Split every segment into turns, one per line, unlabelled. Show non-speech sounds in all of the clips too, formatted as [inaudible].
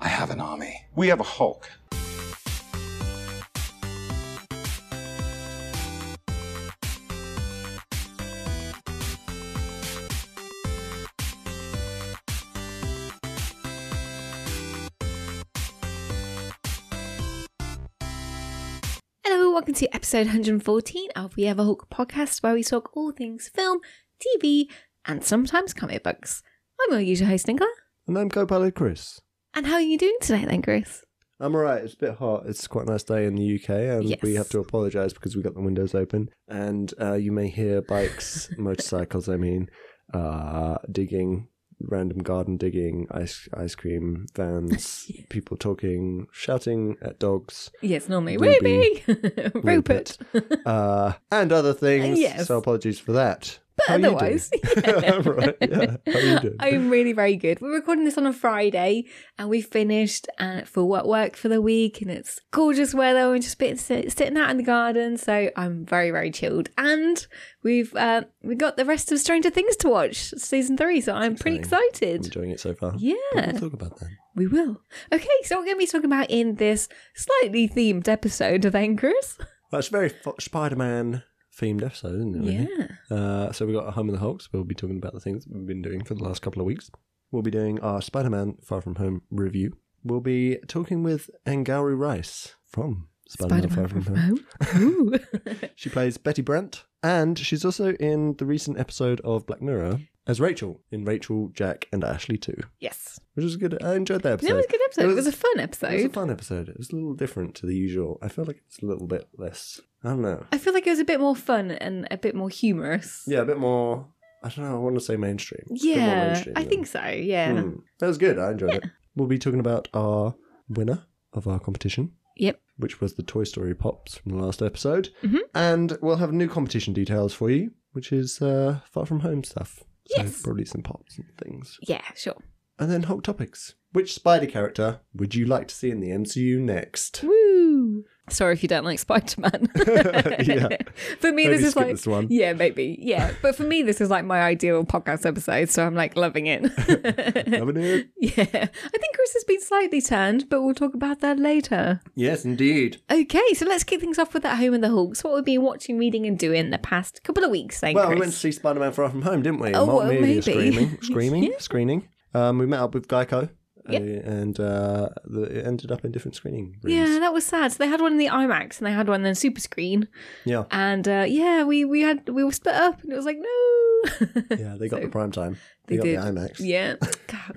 have an army. We have a Hulk.
Hello, welcome to episode 114 of We Have a Hulk podcast, where we talk all things film, TV, and sometimes comic books. I'm your usual host, Nicola.
And I'm co-pilot Chris.
And how are you doing today, then, Chris?
I'm alright, it's a bit hot. It's quite a nice day in the UK, and we
Yes.
have to apologise because we got the windows open. And uh, you may
[laughs]
hear bikes, motorcycles, I mean, uh, digging, random garden digging, ice, ice cream
[laughs]
vans, people talking, shouting at dogs,
Yes, normally Ruby,
Ruby.
[laughs] Rupert.
uh, and other things.
Yes.
So apologies for that.
But
How are you doing?
otherwise,
I'm [laughs] right, yeah. How are you doing?
I'm really very good. We're recording this on a Friday, and we finished uh, for what work for the week, and it's gorgeous weather. We're just bit, sit, sitting out in the garden, so I'm very very chilled. And we've uh, we got the rest of Stranger Things to watch season three, so I'm pretty
Exciting.
excited.
enjoying it so far.
Yeah.
We'll talk about that.
We will. Okay, so we're going to be talking about in this slightly themed episode of Anchors.
Well, it's a very fo- Spider-Man themed episode, isn't it? really?
Yeah.
Uh, so we got Home of the Hulks. We'll be talking about the things that we've been doing for the last couple of weeks. We'll be doing our Spider-Man Far From Home review. We'll be talking with Angaru Rice from Spider-Man, Far From, Home.
Oh, Ooh. [laughs]
She plays Betty Brant, and she's also in the recent episode of Black Mirror as Rachel in Rachel, Jack, and Ashley too,
yes.
which was good. I enjoyed that episode.
That was a good episode. It was, a fun episode.
It was a fun episode. It was a little different to the usual. I feel like it's a little bit less. I don't know.
I feel like it was a bit more fun and a bit more humorous.
Yeah, a bit more. I don't know. I want to say mainstream. A bit more
Yeah,
mainstream
I
than-
think so. Yeah.
Hmm. That was good. I enjoyed it. We'll be talking about our winner of our competition,
Yep.
which was the Toy Story Pops from the last episode.
Mhm.
And we'll have new competition details for you, which is uh, Far From Home stuff. So
Yes.
probably some pops and things.
Yeah, sure.
And then Hulk topics. Which spider character would you like to see in the MCU
[laughs]
next?
Woo. Sorry if you don't like Spider Man.
[laughs] Yeah.
For me,
Maybe
this is
skip
like.
this one.
Yeah, maybe. Yeah. But for me, this is like my ideal podcast episode. So I'm like loving it. [laughs]
Haven't heard?
Yeah, I think Chris has been slightly turned, but we'll talk about that later.
Yes, indeed.
Okay, so let's kick things off with that Home of the Hawks. What we've been watching, reading, and doing the past couple of weeks, then,
Well,
Chris.
we went to see Spider Man Far From Home, didn't we?
Oh, well,
Multimedia
maybe. [laughs]
Screaming, screaming, screening. Um, we met up with Geico.
Yep.
uh, and uh, the, it ended up in different screening rooms.
yeah, that was sad. So they had one in the IMAX and they had one in the super screen, [laughs]
Yeah.
and uh, yeah, we we had we were split up, and it was like no.
Yeah, they got
So
the prime time.
they
They,
did.
got the
[laughs]
IMAX.
Yeah.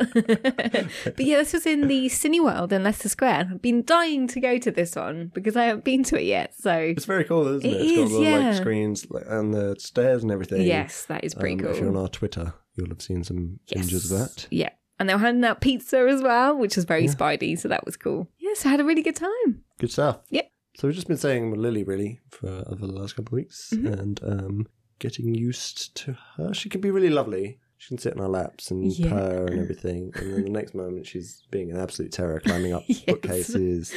[laughs] but yeah, this was in the Cineworld in Leicester Square. I've been dying to go to this one because I haven't been to it yet. So,
It's very cool, isn't it?
It
it
is,
has got all the
yeah.
like, screens like, and the stairs and everything.
yes, that is pretty
Um,
cool.
If you're on our Twitter, you'll have seen some images of that.
Yeah. And they were handing out pizza as well, which was very
Yeah.
spidey, so that was cool. Yeah, so I had a really good time.
Good stuff.
Yep.
So we've just been saying with Lily really for over the last couple of weeks
Mhm.
and um, getting used to her. She can be really lovely. She can sit in our laps and
Yeah.
purr and everything. And then the next moment, she's being an absolute terror, climbing up
[laughs] Yes.
bookcases,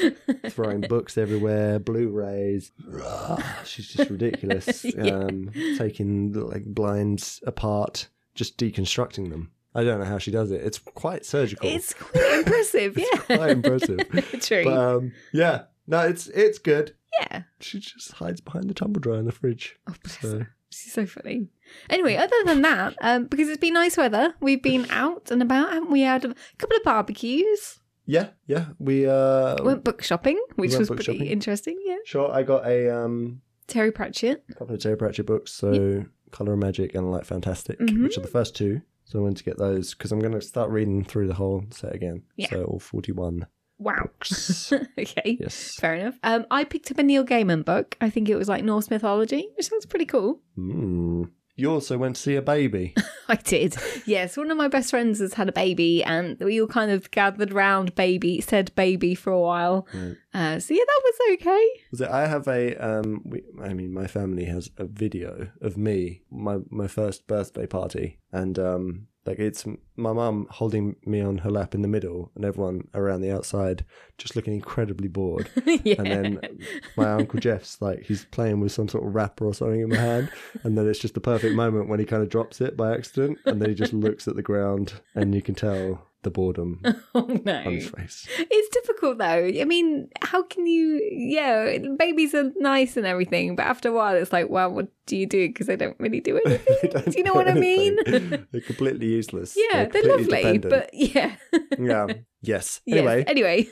throwing books everywhere, Blu-rays. She's just
[laughs]
ridiculous.
Yeah.
um, taking like blinds apart, just deconstructing them. I don't know how she does it. It's quite
[laughs]
surgical.
It's quite impressive, yeah.
[laughs] It's quite impressive.
[laughs] True.
but, um, yeah, no, it's it's good.
yeah.
She just hides behind the tumble dryer in the fridge.
Oh, bless her.
So
She's so funny. Anyway, other than that, um, because it's been nice weather, we've been out and about, haven't we? Had a couple of barbecues,
yeah, yeah, we uh,
went book shopping, which
went
was
book
pretty
shopping.
interesting, yeah.
sure. I got a um
Terry Pratchett.
couple of Terry Pratchett books, so Color and Magic and Light Fantastic,
Mhm.
which are the first two. So I went to get those because I'm going to start reading through the whole set again.
Yeah.
So all 41
Wow. [laughs]
books.
okay.
yes.
Fair enough. Um, I picked up a Neil Gaiman book. I think it was like Norse mythology, which sounds pretty cool. [laughs]
Mm. You also went to see a baby.
I did. Yes, one of my best friends has had a baby, and we all kind of gathered round baby, said baby for a while.
Right.
Uh, so yeah, that was okay.
So I have a um, we, I mean, my family has a video of me, my my first birthday party, and um, like it's my mum holding me on her lap in the middle, and everyone around the outside just looking incredibly bored.
[laughs] yeah.
[laughs] And then my uncle Jeff's like he's playing with some sort of wrapper or something in my hand, and then it's just the perfect moment when he kind of drops it by accident, and then he just looks at the ground, and you can tell
[laughs]
the boredom
Oh no.
on his face.
[laughs]
[laughs]
It's difficult though. I mean, how can you? Yeah, babies are nice and everything, but after a while, it's like, well, what do you do? Because they don't really do anything.
[laughs] They don't
Do you know
do
what I mean?
anything. [laughs] They're completely useless.
yeah, they're, lovely,
completely
but yeah.
dependent. yeah. Yes.
[laughs] Yes.
Anyway,
Anyway.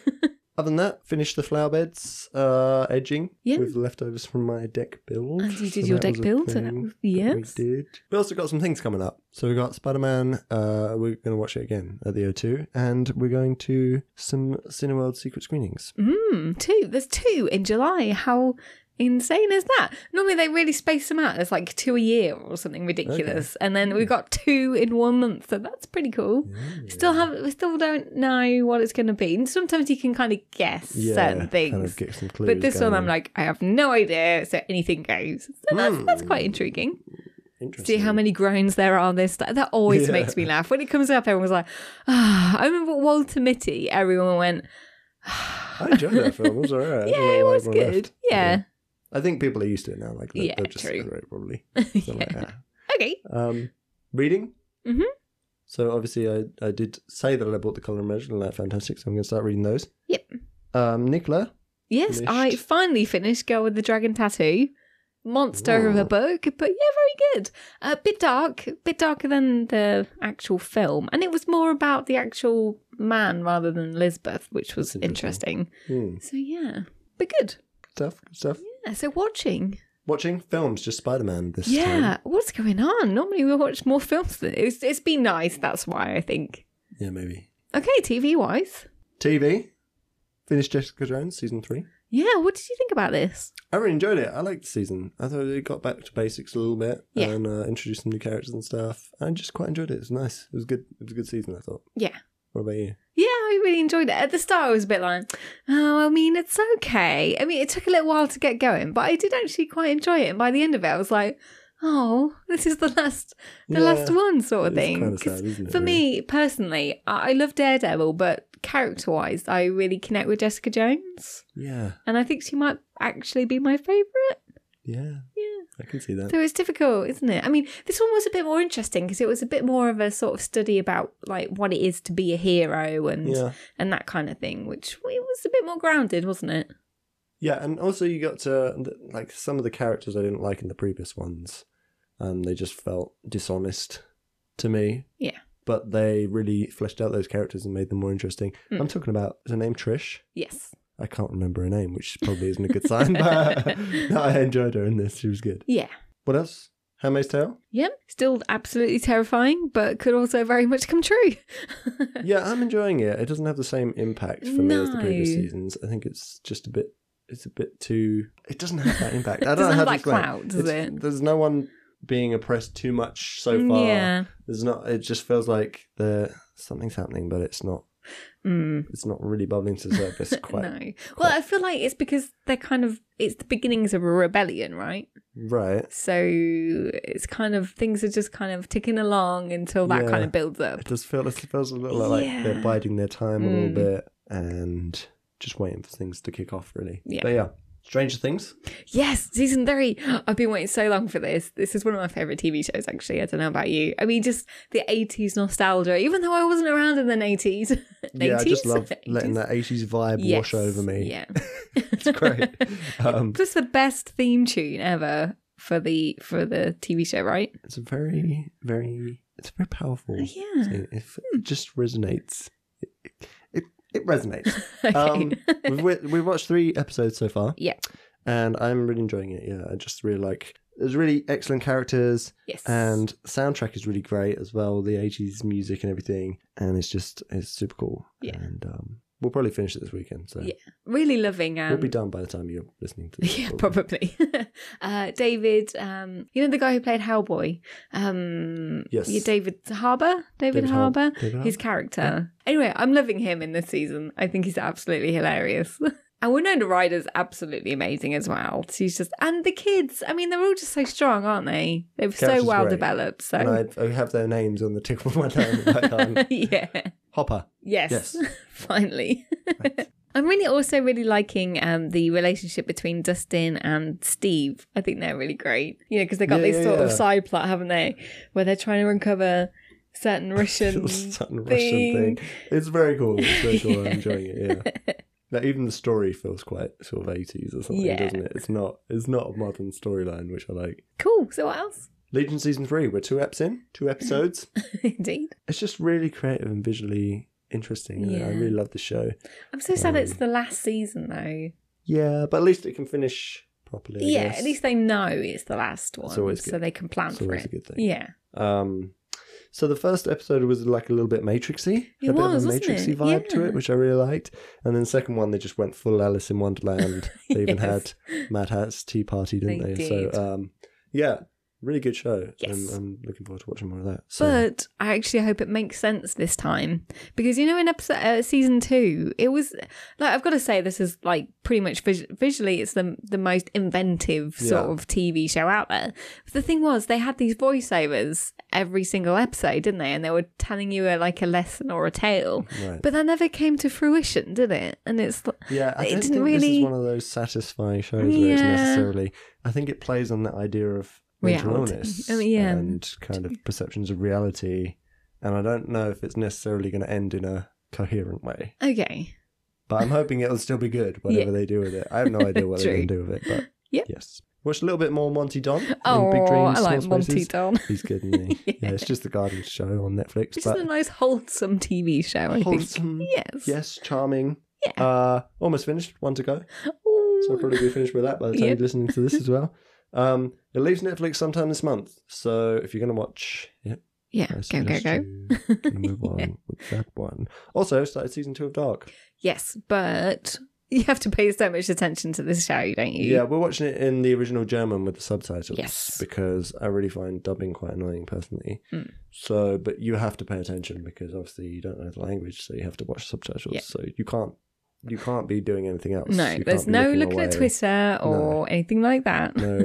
other than that, finished the flower beds, uh, edging
Yeah.
with leftovers from my deck build.
And you did
So
your
that
deck
was a
build, so that
thing
was-
that
yes.
we did. We also got some things coming up. So we got Spider Man. Uh, we're going to watch it again at the O2, and we're going to some Cineworld secret screenings.
Mm, two. There's two in July. How insane is that? Normally they really space them out. There's like two a year or something ridiculous, and then we got two in one month. So that's pretty cool. Still have we still don't know what it's going to be. And sometimes you can kind of guess certain things.
Kind of get some clues.
but this
going
one, I'm
on.
like, I have no idea, so anything goes. So that's, that's quite intriguing. See
Hmm. Interesting.
how many groans there are on this. That, that always
Yeah.
makes me laugh. When it comes up, everyone's like, ah. I remember Walter Mitty, everyone went, "Ah."
I enjoyed that film. It was alright. I don't
yeah,
know
it
why
was
everyone
good.
left.
Yeah.
I think people are used to it now. Like, they're,
Yeah,
they'll just
true.
over
[laughs]
it probably. So,
[laughs]
like,
yeah.
ah.
Okay.
Um, reading.
Mhm.
So obviously, I, I did say that I bought the Color and Magic and that's fantastic. So I'm going to start reading those.
Yep.
Um, Nicola.
Yes, I
Finished.
finally finished Girl with the Dragon Tattoo. Monster of
Ooh.
a book, but yeah, very good. A bit dark, bit darker than the actual film. And it was more about the actual man rather than Lisbeth, which was
That's interesting.
interesting.
Hmm.
So yeah, but good.
Good stuff. Good stuff.
Yeah, so watching.
Watching films, just Spider Man this time.
yeah, what's going on? Normally we watch more [laughs] films. Than it's, it's been nice. That's why I think.
Yeah, maybe.
Okay, TV wise.
TV. Finished Jessica Jones season three.
Yeah, what did you think about this?
I really enjoyed it. I liked the season. I thought it got back to basics a little bit
Yeah.
and uh, introduced some new characters and stuff. I just quite enjoyed it. It was nice. It was good. It was a good season. I thought.
Yeah.
What about you?
Yeah, I really enjoyed it. At the start, I was a bit like, oh, I mean, it's okay. I mean, it took a little while to get going, but I did actually quite enjoy it. And by the end of it, I was like, oh, this is the last, the last one sort of thing.
Kind of
'Cause
sad, isn't it,
For
really?
me personally, I I love Daredevil, but character wise, I really connect with Jessica Jones.
Yeah.
And I think she might actually be my favourite.
Yeah.
Yeah.
I can see that.
So it's difficult, isn't it? I mean, this one was a bit more interesting because it was a bit more of a sort of study about like what it is to be a hero and
Yeah.
and that kind of thing, which it was a bit more grounded, wasn't it?
Yeah, and also you got to like some of the characters I didn't like in the previous ones. Um, they just felt dishonest to me.
Yeah.
But they really fleshed out those characters and made them more interesting.
Mm.
I'm talking about is her name Trish.
Yes.
I can't remember her name, which probably isn't a good
[laughs]
sign. But [laughs] no, I enjoyed her in this. She was good.
Yeah.
What else? Handmaid's Tale.
Yep. Still absolutely terrifying, but could also very much come true. Uh.
Yeah, I'm enjoying it. It doesn't have the same impact for me as the previous
No.
seasons. I think it's just a bit. It's a bit too. It doesn't have
[laughs]
that impact. I
It
don't know
doesn't
how
have
to
that
explain.
clout, does
It's-
it?
There's no one being oppressed too much so far.
Yeah.
There's not. It just feels like the something's happening, but it's not.
Mm.
It's not really bubbling to
[laughs]
the surface quite.
no. Well, I feel like it's because they're kind of it's the beginnings of a rebellion, right?
Right.
So it's kind of things are just kind of ticking along until that
Yeah.
kind of builds up.
It does feel. It feels a little like they're
Yeah.
biding their time a
Mm.
little bit and just waiting for things to kick off. Really.
Yeah.
But yeah,
[laughs]
Stranger Things.
Yes, season three. [gasps] I've been waiting so long for this. This is one of my favorite TV shows, actually. I don't know about you. I mean, just the 80s nostalgia, even though I wasn't around in the 80s.
Yeah, I just
80s?
love letting
80s.
that 80s vibe wash
Yes,
over me.
Yeah.
[laughs] It's
[laughs]
great. Um,
just the best theme tune ever for the for the TV show, right?
it's a very, very, it's a very powerful.
Yeah.
Thing. If
Hmm.
it just resonates, it it, it resonates.
[laughs] Okay.
Um, we've, wa- we've watched three episodes so far.
Yeah.
and I'm really enjoying it. Yeah, I just really like. There's really excellent characters,
yes.
and the soundtrack is really great as well. The 80s music and everything, and it's just it's super cool.
Yeah.
and um, we'll probably finish it this weekend. So
Yeah. really loving um,
we'll be done by the time you're listening to.
[laughs]
This
Yeah, probably. [laughs] uh, David, um, you know the guy who played Hellboy. Um,
Yes.
yeah, David Harbour. David,
David Har-
Harbour.
David
his
Harbour.
character. Anyway, I'm loving him in this season. I think he's absolutely hilarious. [laughs] And Winona Ryder's absolutely amazing as well. She's just and the kids. I mean, they're all just so strong, aren't they? They're so
Character's
well
great.
developed. So
And I, I have their names [laughs] on the tip of my tongue.
[laughs]
I can't.
yeah.
Hopper.
Yes.
Yes.
[laughs] Finally. [laughs] I'm really also really liking um, the relationship between Dustin and Steve. I think they're really great. You know, because they got
Yeah,
this
yeah,
sort of
yeah.
side plot, haven't they? Where they're trying to uncover
[laughs]
certain Russian
Sudden
thing.
[laughs] Russian thing. It's very cool. It's
[laughs]
very cool. I'm enjoying it. Yeah. Now, even the story feels quite sort of 80s or something,
Yeah.
doesn't it? It's not. It's not a modern storyline, which I like.
Cool. So what else? [laughs]
Legion season three. We're two eps in. Two episodes.
Indeed.
it's just really creative and visually interesting. and I
Yeah.
really love the show.
I'm so sad it's
Um,
the last season though.
Yeah, but at least it can finish properly. I
Yeah,
guess.
at least they know it's the last one,
It's always
so
good.
they can plan
It's
for
always
it.
a good thing.
Yeah,
Um, so the first episode was like a little bit Matrixy,
It was,
a bit of a
wasn't
Matrixy
it?
vibe to
Yeah.
it, which I really liked. And then the second one, they just went full Alice in Wonderland.
[laughs]
They even
Yes.
had Mad Hat's Tea Party, didn't
They
they?
did.
So, um, yeah, really good show.
Yes.
I'm, I'm looking forward to watching more of that. So,
but I actually hope it makes sense this time because you know in episode uh, season two it was like I've got to say this is like pretty much vis- visually it's the the most inventive sort
Yeah.
of TV show out there. But the thing was they had these voiceovers every single episode, didn't they? And they were telling you a, like a lesson or a tale,
right.
but that never came to fruition, did it? And it's l-
yeah, I
it
don't
didn't
think this
really-
is one of those satisfying shows where it's
Yeah.
necessarily. I think it plays on the idea of mental
Reality. [laughs]
illness
Oh, yeah.
and kind of perceptions of reality. And I don't know if it's necessarily going to end in a coherent way.
okay,
But I'm hoping it'll still be good,
[laughs] Yeah.
whatever they do with it. I have no idea what they're
[laughs] True.
going to do with it, but
Yep.
yes. Watch a little bit more Monty Don. in
oh
Big Dreams,
I like
Small
Monty
Spaces.
Don.
He's good, isn't he?
[laughs] Yeah.
yeah. it's just the garden show on Netflix.
It's
but
just a nice wholesome TV show, I think.
wholesome.
Yes.
Yes, charming.
Yeah.
Uh, almost finished. One to go.
Ooh.
So I'll probably be finished with that by the time
Yeah.
you're listening to this as well. Um, it leaves Netflix sometime this month. So if you're going to watch, yeah,
yeah,
I
go, go,
suggest
go.
You, you
[laughs]
move on with that one. Also, started season two of Dark.
Yes, but you have to pay so much attention to this show, don't you?
Yeah, we're watching it in the original German with the subtitles.
Yes.
Because I really find dubbing quite annoying personally.
Mm.
So, but you have to pay attention because obviously you don't know the language, so you have to watch subtitles.
Yeah.
So you can't, you can't be doing anything else.
No,
You
there's
can't be
no looking at
away,
Twitter or anything like that.
No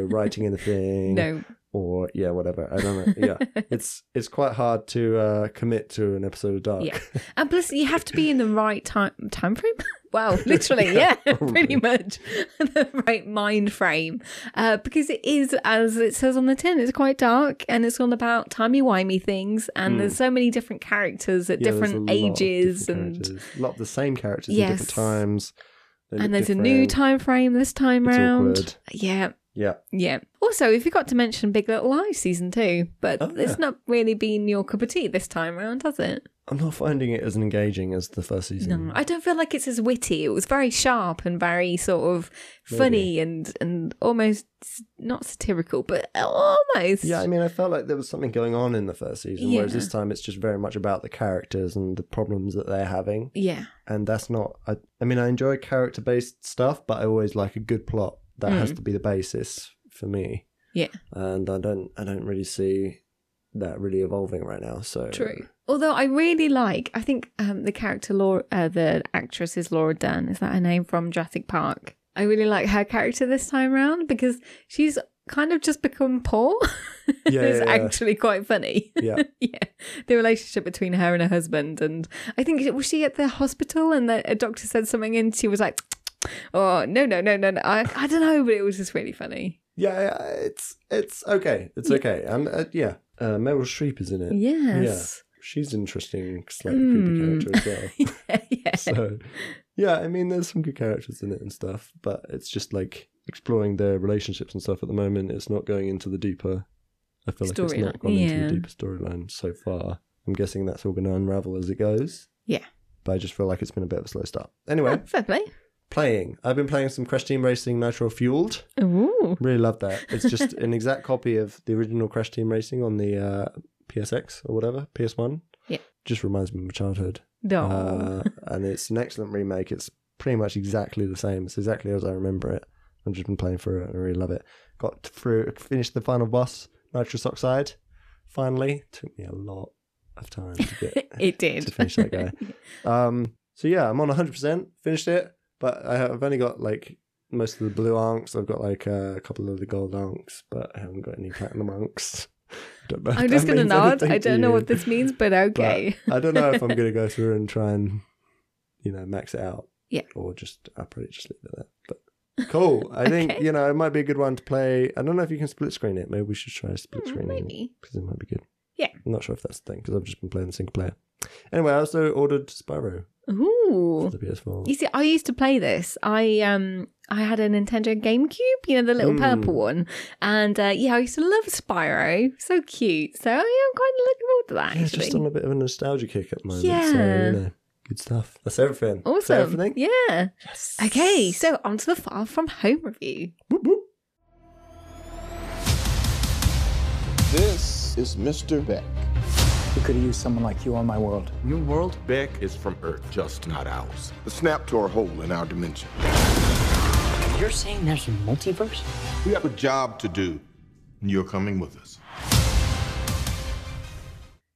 [laughs]
writing anything.
No.
Or yeah, whatever. I
[laughs]
don't know. Yeah, it's it's quite hard to uh, commit to an episode of Dark. [laughs]
Yeah. And plus, you have to be in the right time time frame. [laughs]
[laughs]
Wow, literally, yeah, [laughs]
Yeah,
pretty
probably.
much the right mind frame, uh, because it is, as it says on the tin, it's quite dark and it's all about timey wimey things, and
Mm.
there's so many different characters at
Yeah, there's
different
a lot of
ages,
different
and
characters. a lot of the same characters in
Yes.
different times. They look
and there's a new
different.
time frame this time
It's
round.
awkward.
Yeah,
Yeah,
yeah. Also, we forgot to mention Big Little Lies season two, but
Oh,
it's
yeah.
not really been your cup of tea this time round, has it?
I'm not finding it as engaging as the first season.
No, I don't feel like it's as witty. It was very sharp and very sort of funny and and almost s- not satirical, but almost.
yeah, I mean, I felt like there was something going on in the first season, whereas
Yeah.
this time it's just very much about the characters and the problems that they're having.
yeah,
And that's not. I, I mean, I enjoy character based stuff, but I always like a good plot. That has to be the basis for me.
Mm. Yeah.
And I don't. I don't really see that really evolving right now. So
true. Although I really like, I think um, the character Laura, uh, the actress is Laura Dern. Is that her name from Jurassic Park? I really like her character this time round because she's kind of just become poor. [laughs]
Yeah,
it's
yeah, yeah.
actually quite funny. [laughs]
Yeah.
yeah, the relationship between her and her husband, and I think was she at the hospital, and the, a doctor said something, and she was like, "Oh no, no, no, no, no!" I, I don't know, but it was just really funny.
Yeah, yeah, it's it's okay. It's
Yeah.
okay. And uh, yeah, uh, Meryl Streep is in it.
Yes, [laughs]
She's interesting, slightly creepy
Mm.
character as well.
yeah, [laughs] yeah.
so yeah i mean there's some good characters in it and stuff but it's just like exploring their relationships and stuff at the moment it's not going into the deeper i feel like it's
Storyline,
not gone into
yeah.
the deeper storyline so far i'm guessing that's all going to unravel as it goes
Yeah.
but i just feel like it's been a bit of a slow start anyway
fair play.
playing i've been playing some crash team racing nitro fueled
Ooh.
really love that it's
[laughs]
just an exact copy of the original crash team racing on the uh, psx or whatever ps1
Yeah.
just reminds me of my childhood
No.
uh, and it's an excellent remake. It's pretty much exactly the same. It's exactly as I remember it. I've just been playing through it and I really love it. Got through, finished the final boss, nitrous oxide. Finally, took me a lot of time to get
[laughs] [laughs] it did.
to finish that guy. [laughs] Um, so yeah, I'm on 100%. Finished it, but I have, I've only got like most of the blue anks. I've got like uh, a couple of the gold anks, but I haven't got any platinum anks. [laughs] Don't know if
[laughs] I'm
[laughs]
just
that
going to
means
nod.
anything
I
to
don't know
you.
what this means, but okay.
I don't know if I'm going to go through and try and, you know, max it out.
Yeah.
Or just, I'll probably just leave it at that. But
[laughs]
cool. I think,
Okay.
you know, it might be a good one to play. I don't know if you can split screen it. Maybe we should try split
Hmm,
screening
Maybe.
because it might be good.
Yeah.
I'm not sure if that's the thing because I've just been playing single player. Anyway, I also ordered Spyro for
Ooh.
the PS4.
You see, I used to play this. I um I had a Nintendo GameCube, you know, the little
Mm.
purple one, and uh, yeah, I used to love Spyro. So cute. So I am kind of looking forward to that.
Yeah, it's
actually,
just on a bit of a nostalgia kick at the moment. So,
Yeah.
you know, good stuff. That's everything. That's
awesome.
everything.
Yeah. Okay, so on to the far from home review.
This is Mr. Beck.
Who could have used someone like you on my world?
New world? Beck is from Earth, just not ours.
The snap tore a hole in our dimension.
You're saying there's a multiverse?
We have a job to do. You're coming with us.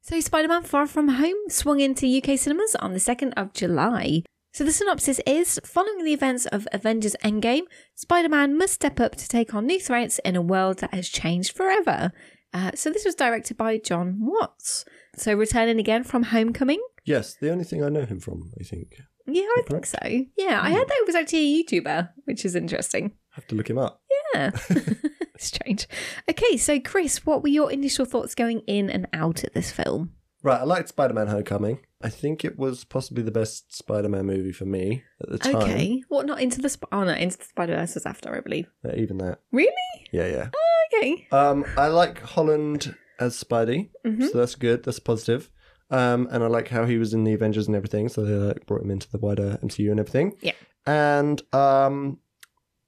So, Spider Man Far From Home swung into UK cinemas on the 2nd of July. So, the synopsis is following the events of Avengers Endgame, Spider Man must step up to take on new threats in a world that has changed forever. Uh, so, this was directed by John Watts. So, returning again from Homecoming.
Yes, the only thing I know him from, I think.
Yeah, I think so. Yeah, I heard that he was actually a YouTuber, which is interesting.
have to look him up.
Yeah. [laughs] Strange. Okay, so Chris, what were your initial thoughts going in and out at this film?
Right, I liked Spider Man Homecoming. I think it was possibly the best Spider Man movie for me at the time.
Okay. What not into the sp- oh no, into the Spider Verse was after, I believe.
Uh, even that.
Really?
Yeah, yeah.
Okay.
Um, I like Holland as Spidey,
Mm-hmm.
so that's good. That's positive. Um, and I like how he was in the Avengers and everything, so they like brought him into the wider MCU and everything.
Yeah.
And um,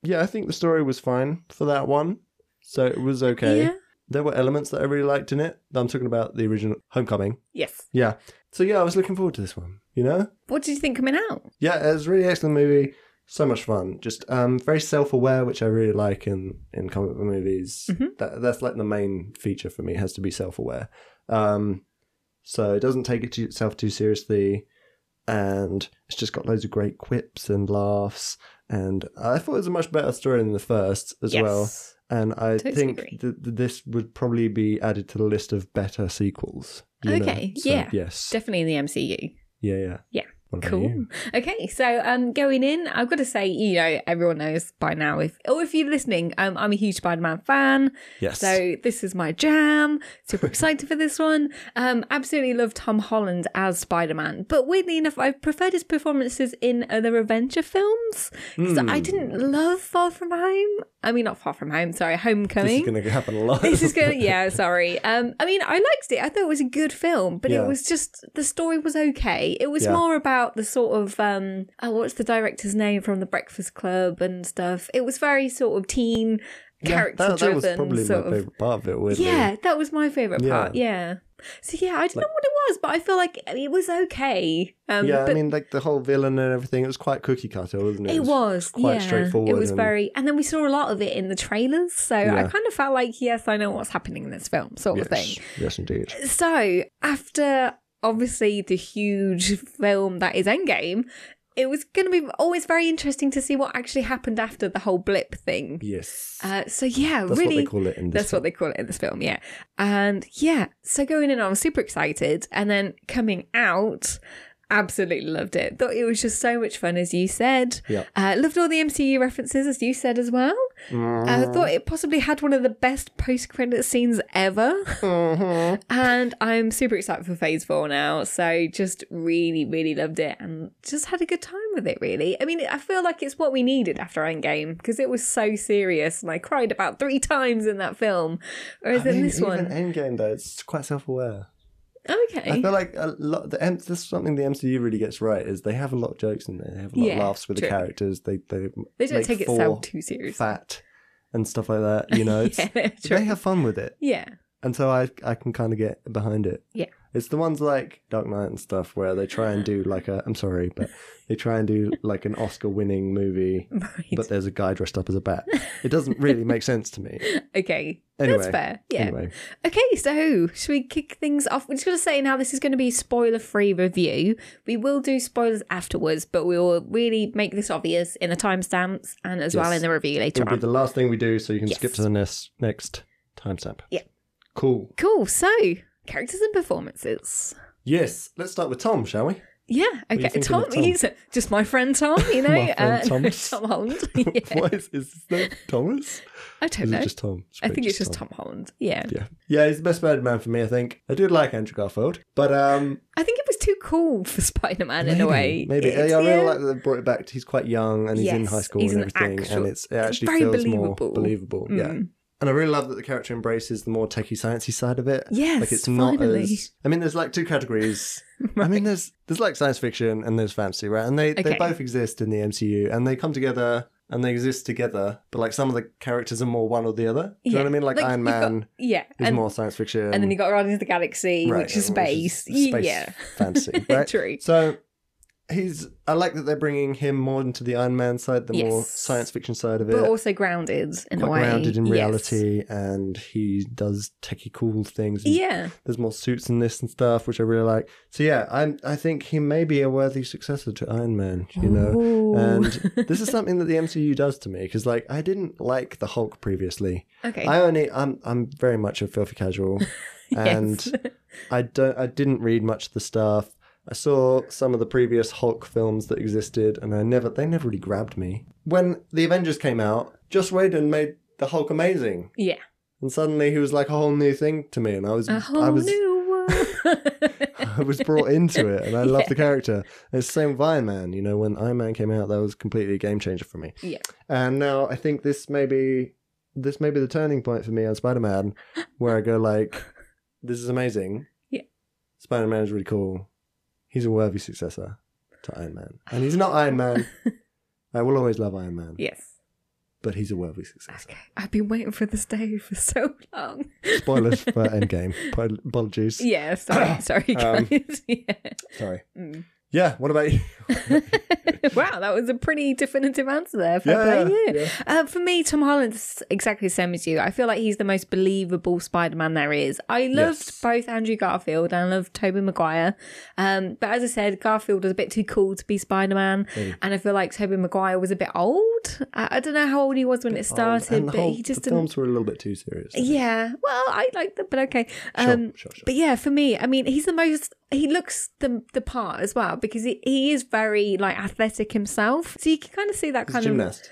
yeah, I think the story was fine for that one, so it was okay.
Yeah.
There were elements that I really liked in it. I'm talking about the original Homecoming.
Yes.
Yeah. So yeah, I was looking forward to this one. You know.
What did you think coming out?
Yeah, it was a really excellent movie. So much fun. Just um, very self-aware, which I really like in in comic book movies.
Mm-hmm.
That, that's like the main feature for me has to be self-aware. Um, so it doesn't take it to itself too seriously, and it's just got loads of great quips and laughs. And I thought it was a much better story than the first as well.
Yes.
And I
Totally
think
agree.
th- th- this would probably be added to the list of better sequels. you know?
Okay,
So,
yeah.
Yes.
Definitely in the MCU.
yeah. Yeah.
Yeah.
What about
Cool.
you?
Okay, so um, going in, I've got to say, you know, everyone knows by now. If or if you're listening, um, I'm a huge Spider-Man fan.
Yes.
So this is my jam. Super excited for
[laughs]
this one. Um, absolutely love Tom Holland as Spider Man, but weirdly enough, I've preferred his performances in other Avenger films. So
Hmm.
I didn't love Far From Home. I mean, not Far From Home. Sorry,
This
Homecoming.
is going to happen a
[laughs]
lot. [laughs]
This is gonna, yeah, sorry. Um, I mean, I liked it. I thought it was a good film, but
Yeah.
it was just the story was okay. It was
Yeah.
more about the sort of um, oh, what's the director's name from The Breakfast Club and stuff. It was very sort of teen, character
that, that was
driven
probably
sort
my
of.
favorite part of it. Weirdly.
Yeah, that was my favorite
Yeah.
part. Yeah. So yeah, I don't know what it was, but I feel like it was okay. Um,
yeah.
but
I mean, like the whole villain and everything. It was quite cookie cutter, wasn't it?
it was
quite
yeah.
straightforward.
It was
and-
very, and then we saw a lot of it in the trailers, so I
Yeah.
kind of felt like yes, I know what's happening in this film, sort
yes,
of thing.
Yes, indeed.
So after obviously the huge film that is Endgame, it was going to be always very interesting to see what actually happened after the whole blip thing.
Yes.
Uh, so yeah,
That's
really,
what they call it in this.
that's what they call it in this film, yeah. And yeah, so going in, I was super excited. And then coming out, absolutely loved it. Thought it was just so much fun, as you said.
Yeah.
Uh, loved all the MCU references, as you said as well. I
Mm-hmm.
thought it possibly had one of the best post credit scenes ever.
Mm-hmm.
[laughs] and I'm super excited for phase four now. So just really, really loved it and just had a good time with it, really. I mean, I feel like it's what we needed after Endgame because it was so serious and I cried about three [laughs] times in that film. Whereas
I
in
mean,
this
even
one,
Endgame though, it's quite self-aware.
okay.
I feel like a lot. The M- this is something the MCU really gets right is they have a lot of jokes in there. They have a lot of
Yeah,
laughs with
true.
the characters. They they
They don't
make
take
Thor
itself too seriously.
Fat and stuff like that.
[laughs]
You know, it's,
Yeah, true.
they have fun with it.
yeah.
and so I I can kind of get behind it.
Yeah.
it's the ones like Dark Knight and stuff where they try and do like a I'm sorry, but they try and do like an Oscar-winning movie,
Right.
but there's a guy dressed up as a bat. It doesn't really make sense to me.
Okay. That's
Anyway,
fair. [laughs] Yeah.
Anyway,
Okay, so should we kick things off? We're just going to say now this is going to be a spoiler free review. We will do spoilers afterwards, but we will really make this obvious in the timestamps and as well
Yes.
in the review later
it'll be
on.
the last thing we do, so you can skip
Yes.
to the next next timestamp.
Yeah.
Cool.
cool, so characters and performances.
Yes, let's start with Tom, shall we?
Yeah,
you
okay.
thinking
Tom,
of Tom?
he's just my friend Tom,
[laughs]
you know.
My
uh,
friend
[laughs]
Thomas?
Tom
[laughs]
Holland. [laughs] Yeah.
What is, is his name? Thomas?
I don't
Is
know.
it just Tom?
I think it's just Tom, Holland. Yeah.
Yeah. Yeah, he's the best Spider Man for me, I think. I do like Andrew Garfield, but um,
I think it was too cool for [laughs] Spider Man in a way.
Maybe.
It's-
yeah, I really
yeah.
like that they brought it back. to- He's quite young and he's in
Yes,
high school
he's
and
an
everything.
actual-
and it's, it
it's
actually
very
feels
believable. Mm.
more believable. Yeah. And I really love that the character embraces the more techie sciencey side of it.
Yes,
Like it's not
finally.
as I mean there's like two
[laughs]
categories. I mean there's there's like science fiction and there's fantasy, right? And they,
Okay.
they both exist in the MCU and they come together and they exist together, but like some of the characters are more one or the other. Do you know
Yeah.
what I mean? Like, Iron
you've got-
Man
yeah.
is
And,
more science fiction.
and then you got Guardians of the Galaxy,
Right,
Um, which is
yeah, which is
space.
space
Yeah. [laughs]
fantasy, right?
True.
So he's. I like that they're bringing him more into the Iron Man side, the more
Yes.
science fiction side of it.
But also grounded in
quite
a way.
grounded in
Yes.
reality, and he does techie cool things. and
Yeah.
There's more suits in this and stuff, which I really like. So yeah, I'm. I think he may be a worthy successor to Iron Man. You know.
Ooh.
And
[laughs]
this is something that the MCU does to me because, like, I didn't like the Hulk previously.
Okay.
I only I'm I'm very much a filthy casual,
[laughs]
and I don't I didn't read much of the stuff. I saw some of the previous Hulk films that existed, and I never they never really grabbed me. When the Avengers came out, Joss Whedon made the Hulk amazing,
yeah.
and suddenly he was like a whole new thing to me, and I was
A whole
I was
new world. [laughs]
I [laughs] was brought into it, and I love the character. And it's the same with Iron Man. You know, when Iron Man came out, that was completely a game changer for me.
Yeah.
And now I think this may be this may be the turning point for me on Spider Man, where I go like, "This is amazing.
Yeah.
Spider Man is really cool. He's a worthy successor to Iron Man, and he's not
[laughs]
Iron Man. I will always love Iron Man,
yes.
but he's a worthy successor.
Okay. I've been waiting for this day for so long. [laughs]
Spoilers for Endgame. Apol- Apologies.
Yeah, sorry, [coughs] sorry,
Um,
guys. [laughs] yeah.
Sorry.
Mm.
Yeah. What about you?
[laughs] wow, that was a pretty definitive answer there. Fair
Yeah,
play, yeah. Uh, for me, Tom Holland's exactly the same as you. I feel like he's the most believable Spider-Man there is. I loved
Yes.
both Andrew Garfield and I loved Tobey Maguire. Um, but as I said, Garfield was a bit too cool to be Spider-Man, and I feel like Tobey Maguire was a bit old. I, I don't know how old he was when it started,
And the
but
whole-
he just
the
didn't
films were a little bit too serious.
Yeah. Well, I like them, but okay.
Sure,
Um,
sure, sure.
But yeah, for me, I mean, he's the most. He looks the the part as well because he, he is very like athletic himself. So you can kind of see that
He's a
kind of.
gymnast.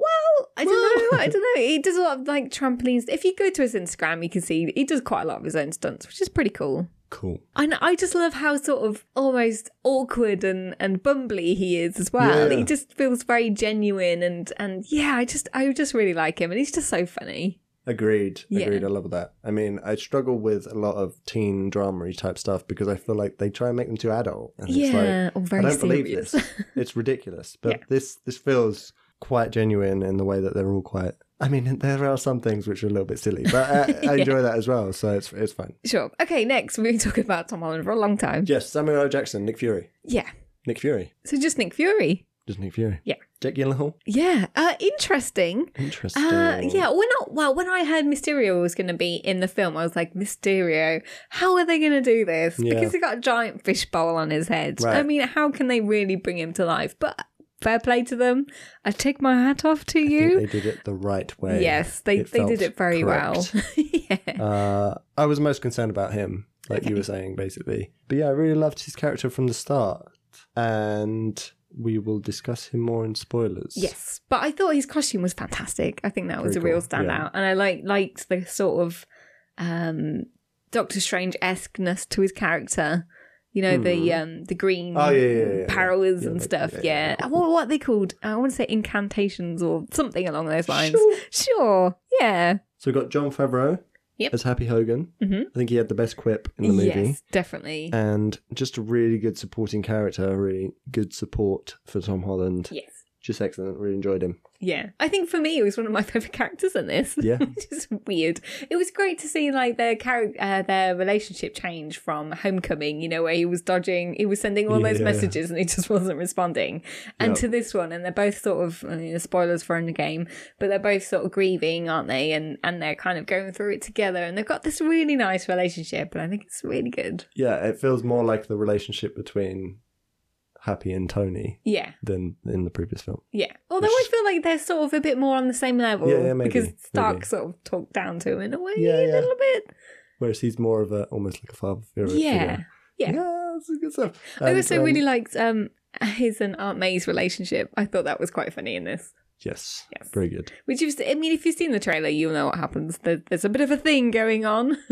Well, I don't know. I don't know. He does a lot of like trampolines. If you go to his Instagram, you can see he does quite a lot of his own stunts, which is pretty cool.
Cool.
And I just love how sort of almost awkward and, and bumbly he is as well.
Yeah.
He just feels very genuine and and yeah, I just I just really like him and he's just so funny.
Agreed.
Yeah.
Agreed. I love that. I mean, I struggle with a lot of teen drama type stuff because I feel like they try and make them too adult. And it's
Yeah,
like,
or very
I don't believe
serious.
this.
[laughs]
It's ridiculous. But
Yeah.
this this feels quite genuine in the way that they're all quite. I mean, [laughs] there are some things which are a little bit silly,
[laughs]
but I, I enjoy that as well. So it's it's fine.
Sure. Okay, next we've been talking about Tom Holland for a long time.
Yes, Samuel L. Jackson, Nick Fury,
Yeah.
Nick Fury,
So just Nick Fury.
just Nick Fury.
Yeah.
Jack Gyllenhaal.
Yeah. Uh interesting.
Interesting.
Uh yeah, when I well, when I heard Mysterio was gonna be in the film, I was like, Mysterio, how are they gonna do this?
Yeah.
Because he got a giant fishbowl on his head. I
Right.
mean, how can they really bring him to life? But fair play to them. I take my hat off to
I think
you.
they did it the right way.
Yes, they, they did
felt
it very
correct.
well. [laughs] yeah.
Uh, I was most concerned about him, like you were saying, basically. But yeah, I really loved his character from the start, and we will discuss him more in spoilers.
Yes, but I thought his costume was fantastic. I think that was
Very
a real
cool, yeah.
standout, and I like liked the sort of um, Doctor Strange esqueness to his character. You know the um, the green
Oh, yeah, yeah, yeah, yeah.
powers
Yeah,
and
that-
stuff.
yeah,
Yeah,
yeah, yeah.
What, what are they called? I want to say incantations or something along those lines. Sure, yeah,
So we got John Favreau
Yep.
as Happy Hogan.
Mhm.
I think he had the best quip in the movie. Uh,
yes, definitely.
And just a really good supporting character, really good support for Tom Holland.
yes,
Just excellent. Really enjoyed him.
Yeah, I think for me, it was one of my [laughs] favorite characters in this. [laughs]
Yeah.
which is weird. It was great to see like their char- uh, their relationship change from Homecoming. You know, where he was dodging, he was sending all
Yeah,
those
yeah, yeah.
messages, and he just [laughs] wasn't responding. And to this one, and they're both sort of I mean, spoilers for Endgame, but they're both sort of grieving, aren't they? And and they're kind of going through it together, and they've got this really nice relationship, and I think it's really good.
Yeah, it feels more like the relationship between Happy and Tony
Yeah,
than in the previous film.
yeah. Although I feel like they're sort of a bit more on the same level
Yeah, yeah, maybe,
because Stark
maybe.
sort of talked down to him in a way
Yeah,
a
yeah.
little bit.
Whereas he's more of a almost like a father
Yeah.
figure. figure.
Yeah.
yeah, it's good stuff.
I
And,
also
um,
really liked um, his and Aunt May's relationship. I thought that was quite funny in this.
Yes,
Yes.
very good.
Which you've, I mean, if you've seen the trailer, you'll know what happens. There, there's a bit of a thing going on. [laughs]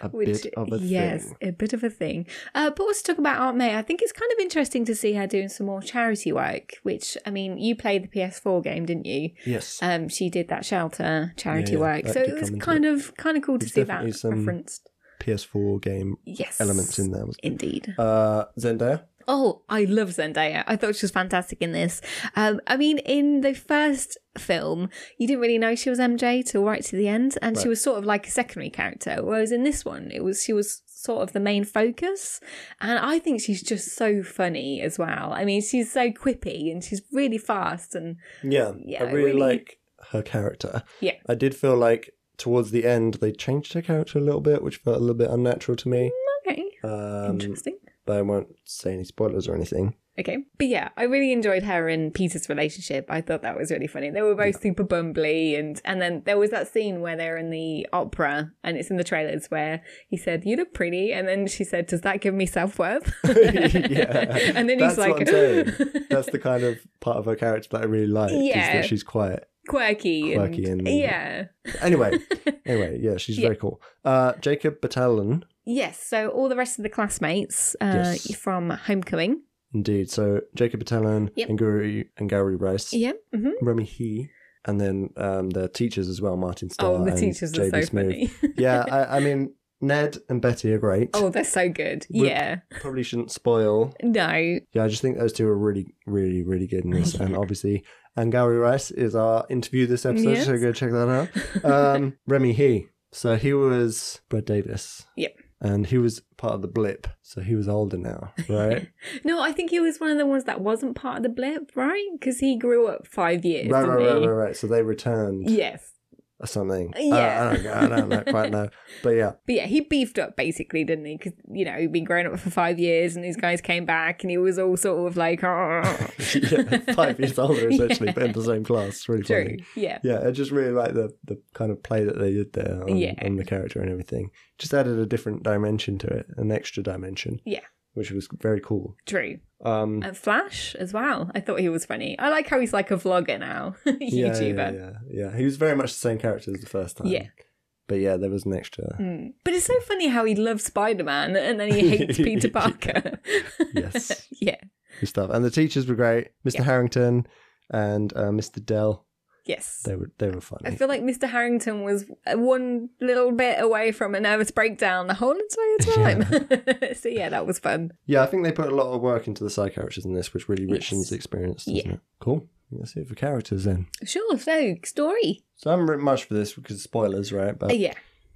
A bit of a
yes,
thing.
a bit of a thing. Uh, but let's talk about Aunt May. I think it's kind of interesting to see her doing some more charity work. Which I mean, you played the PS4 game, didn't you?
Yes,
Um, she did that shelter charity
Yeah, yeah,
work,
that
so
did
it was
come into
kind of kind of cool to
There's
see
definitely
that
some-
referenced.
PS4 game
Yes,
elements in there. Was
Indeed.
uh, Zendaya.
Oh, I love Zendaya. I thought she was fantastic in this. Um, I mean, in the first film, you didn't really know she was MJ till right to the end, and she was sort of like a secondary character. Whereas in this one, it was she was sort of the main focus, and I think she's just so funny as well. I mean, she's so quippy and she's really fast, and
Yeah,
Yeah,
I really,
really-
like her character.
Yeah.
I did feel like towards the end they changed her character a little bit, which felt a little bit unnatural to me.
okay,
Um,
interesting.
but I won't say any spoilers
[laughs]
or anything. [laughs]
Okay. But yeah, I really enjoyed her and Peter's relationship. I thought that was really funny. They were both super bumbly and and then there was that scene where they're in the opera and it's in the trailers where he said, You look pretty and then she said, Does that give me self
[laughs]
worth?
yeah,
And then
that's
he's like
what
[laughs]
I'm saying. that's the kind of part of her character that I really like. is
Yeah.
that she's quiet.
[laughs] quirky,
Quirky
and,
and-
Yeah. [laughs]
Anyway, anyway, yeah, she's very cool. Uh, Jacob Batalon,
Yes, so all the rest of the classmates uh,
Yes.
from Homecoming.
indeed. So Jacob Batalon
Yep.
and Guru and Gary Rice,
Yeah. hmm
Remy He, and then um, their teachers as well, Martin Starr.
Oh, the
and
teachers are
JB
so
Smooth.
funny. [laughs]
yeah, I, I mean Ned and Betty are great.
Oh, they're so
[laughs]
good.
We're-
Yeah.
Probably shouldn't spoil.
No.
Yeah, I just think those two are really, really, really good in
[laughs]
this. And obviously, Angari Rice is our interview this episode, so
Yes.
go check that
[laughs]
out. Um, Remy He. So he was Brad Davis.
Yep.
And he was part of the blip, so he was older
[laughs]
now, right?
No, I think he was one of the ones that wasn't part of the blip, right? Because he grew up five years,
right, right,
didn't
right,
he?
right, right. So they returned
Yes.
or something. I-
Uh, Yeah.
I, don't, know- I don't know, quite know.
[laughs]
But yeah, [laughs]
But yeah, he beefed up basically, didn't he? Because, you know, he'd been growing up for five years and these guys came back and he was all sort of like, "Oh,
[laughs]
"Argh."
yeah, five years older essentially, but in the same class. It's really
True.
funny.
Yeah.
Yeah, I just really like the the kind of play that they did there on,
Yeah.
on the character and everything. Just added a different dimension to it, an extra dimension.
Yeah.
Which was very cool.
True.
Um
And Flash as well. I thought he was funny. I like how he's like a vlogger now, [laughs]
yeah,
YouTuber.
Yeah, yeah, yeah. He was very much the same character as the first time.
Yeah.
But yeah, there was an extra
Mm. But it's so funny how he loves Spider Man and then he
[laughs]
hates Peter Parker. [laughs]
Yes.
yeah.
stuff. And the teachers were great. Mr. Harrington and uh, Mr. Dell.
Yes.
They were they were funny.
I feel like Mr. Harrington was one little bit away from a nervous breakdown the whole
[laughs]
entire time. [laughs] so yeah, that was fun.
yeah, I think they put a lot of work into the side characters in this, which really richens the experience, doesn't
Yeah.
it? Cool. That's it for characters then.
Sure. So story.
So I haven't written much for this because spoilers, right? But
Uh, yeah.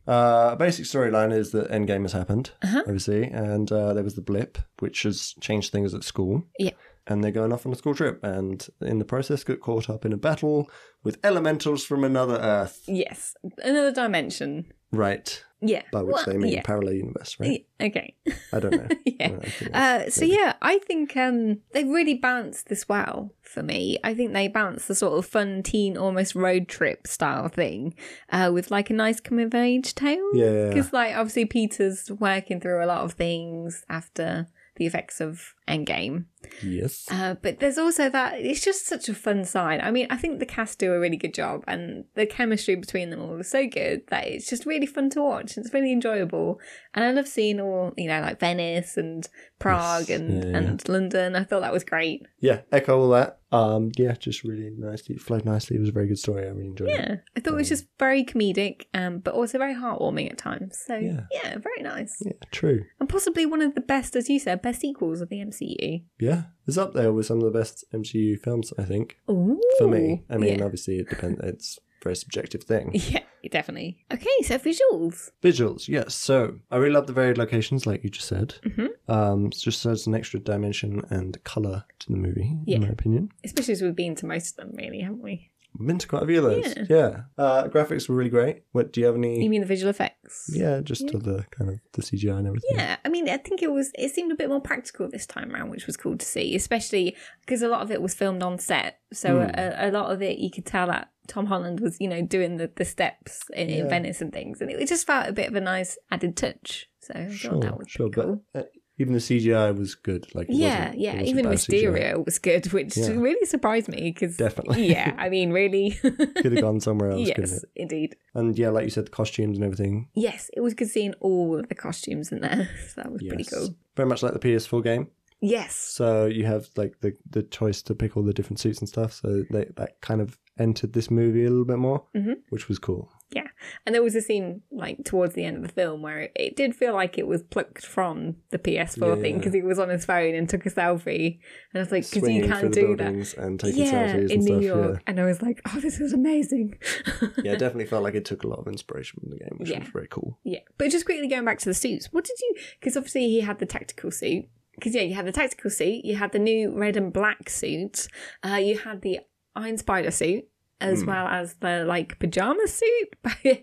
Uh, basic storyline is that Endgame has happened,
Uh-huh.
obviously, and uh, there was the blip, which has changed things at school.
Yeah.
And they're going off on a school trip, and in the process, get caught up in a battle with elementals from another Earth.
Yes. Another dimension.
Right.
Yeah.
By which
Well,
they mean
yeah.
parallel universe, right?
Yeah, Okay. [laughs]
I don't know. I
yeah.
don't know, I think that's-
Uh, so yeah, I think um, they really balanced this well for me. I think they balanced the sort of fun teen, almost road trip style thing uh, with like a nice coming of age tale.
Yeah, yeah, yeah.
because like obviously Peter's working through a lot of things after the effects of Endgame.
Yes.
Uh, but there's also that it's just such a fun side. I mean, I think the cast do a really good job, and the chemistry between them all is so good that it's just really fun to watch. It's really enjoyable, and I love seeing all you know, like Venice and Prague
Yes,
and
yeah, yeah.
and London. I thought that was great.
Yeah, echo all that. Um, yeah, just really nicely, flowed nicely. It was a very good story. I really enjoyed it.
Yeah, I
Mm.
thought it was just very comedic, um, but also very heartwarming at times. So yeah,
Yeah.
very nice,
Yeah, true.
and possibly one of the best, as you said, best sequels of the MCU.
Yeah, it's up there with some of the best MCU films, I think.
Ooh.
for me. I mean,
yeah.
obviously, it depends.
[laughs]
It's a very subjective thing.
yeah, [laughs] definitely. Okay, so visuals.
Visuals, yes. So I really love the varied locations, like you just said.
Mhm.
Um, it just adds an extra dimension and color to the movie,
Yeah.
in my opinion.
Especially as we've been to most of them, really, haven't we?
I've been to quite a few of those.
Yeah.
Yeah. Uh, graphics were really great. What do you have any?
You mean the visual effects?
yeah, just to the kind of the CGI and everything.
Yeah, I mean, I think it was. It seemed a bit more practical this time around, which was cool to see, especially because a lot of it was filmed on set. So
Hmm.
a, a lot of it, you could tell that Tom Holland was, you know, doing the, the steps in, in
Yeah.
Venice and things, and it just felt a bit of a nice added touch. So I thought
sure,
that was
sure.
pretty cool.
But uh, Even the CGI was good. Like it
Yeah,
wasn't- it
yeah.
wasn't
Even
bad CGI.
Mysterio was good, [laughs] which
Yeah.
really surprised me because
Definitely.
[laughs] Yeah, I mean, really. [laughs]
could have gone somewhere else, couldn't
yes,
it?
indeed.
And yeah, like you said, the costumes and everything.
Yes, it was good seeing all of the costumes in there. [laughs] So that was pretty
Yes.
cool.
Very much like the PS4 game.
Yes,
So you have like the the choice to pick all the different suits and stuff. So they, that kind of entered this movie a little bit more,
Mhm.
which was cool.
yeah. And there was a scene like towards the end of the film where it, it did feel like it was plucked from the PS4
Yeah,
thing
yeah.
because he was on his phone and took a selfie. And I was like, because you
Swinging
can
through the
do that.
buildings and taking
yeah,
selfies
in New
and stuff.
York. And I was like, oh, this is amazing. [laughs]
Yeah, yeah, it definitely felt like it took a lot of inspiration from the game, which
Yeah.
was very cool.
Yeah, but just quickly going back to the suits, what did you? Because obviously he had the tactical suit. Because yeah, you had the tactical suit, you had the new red and black suit, uh, you had the Iron Spider suit,
Hmm.
as well as the like pajama suit. [laughs] yeah,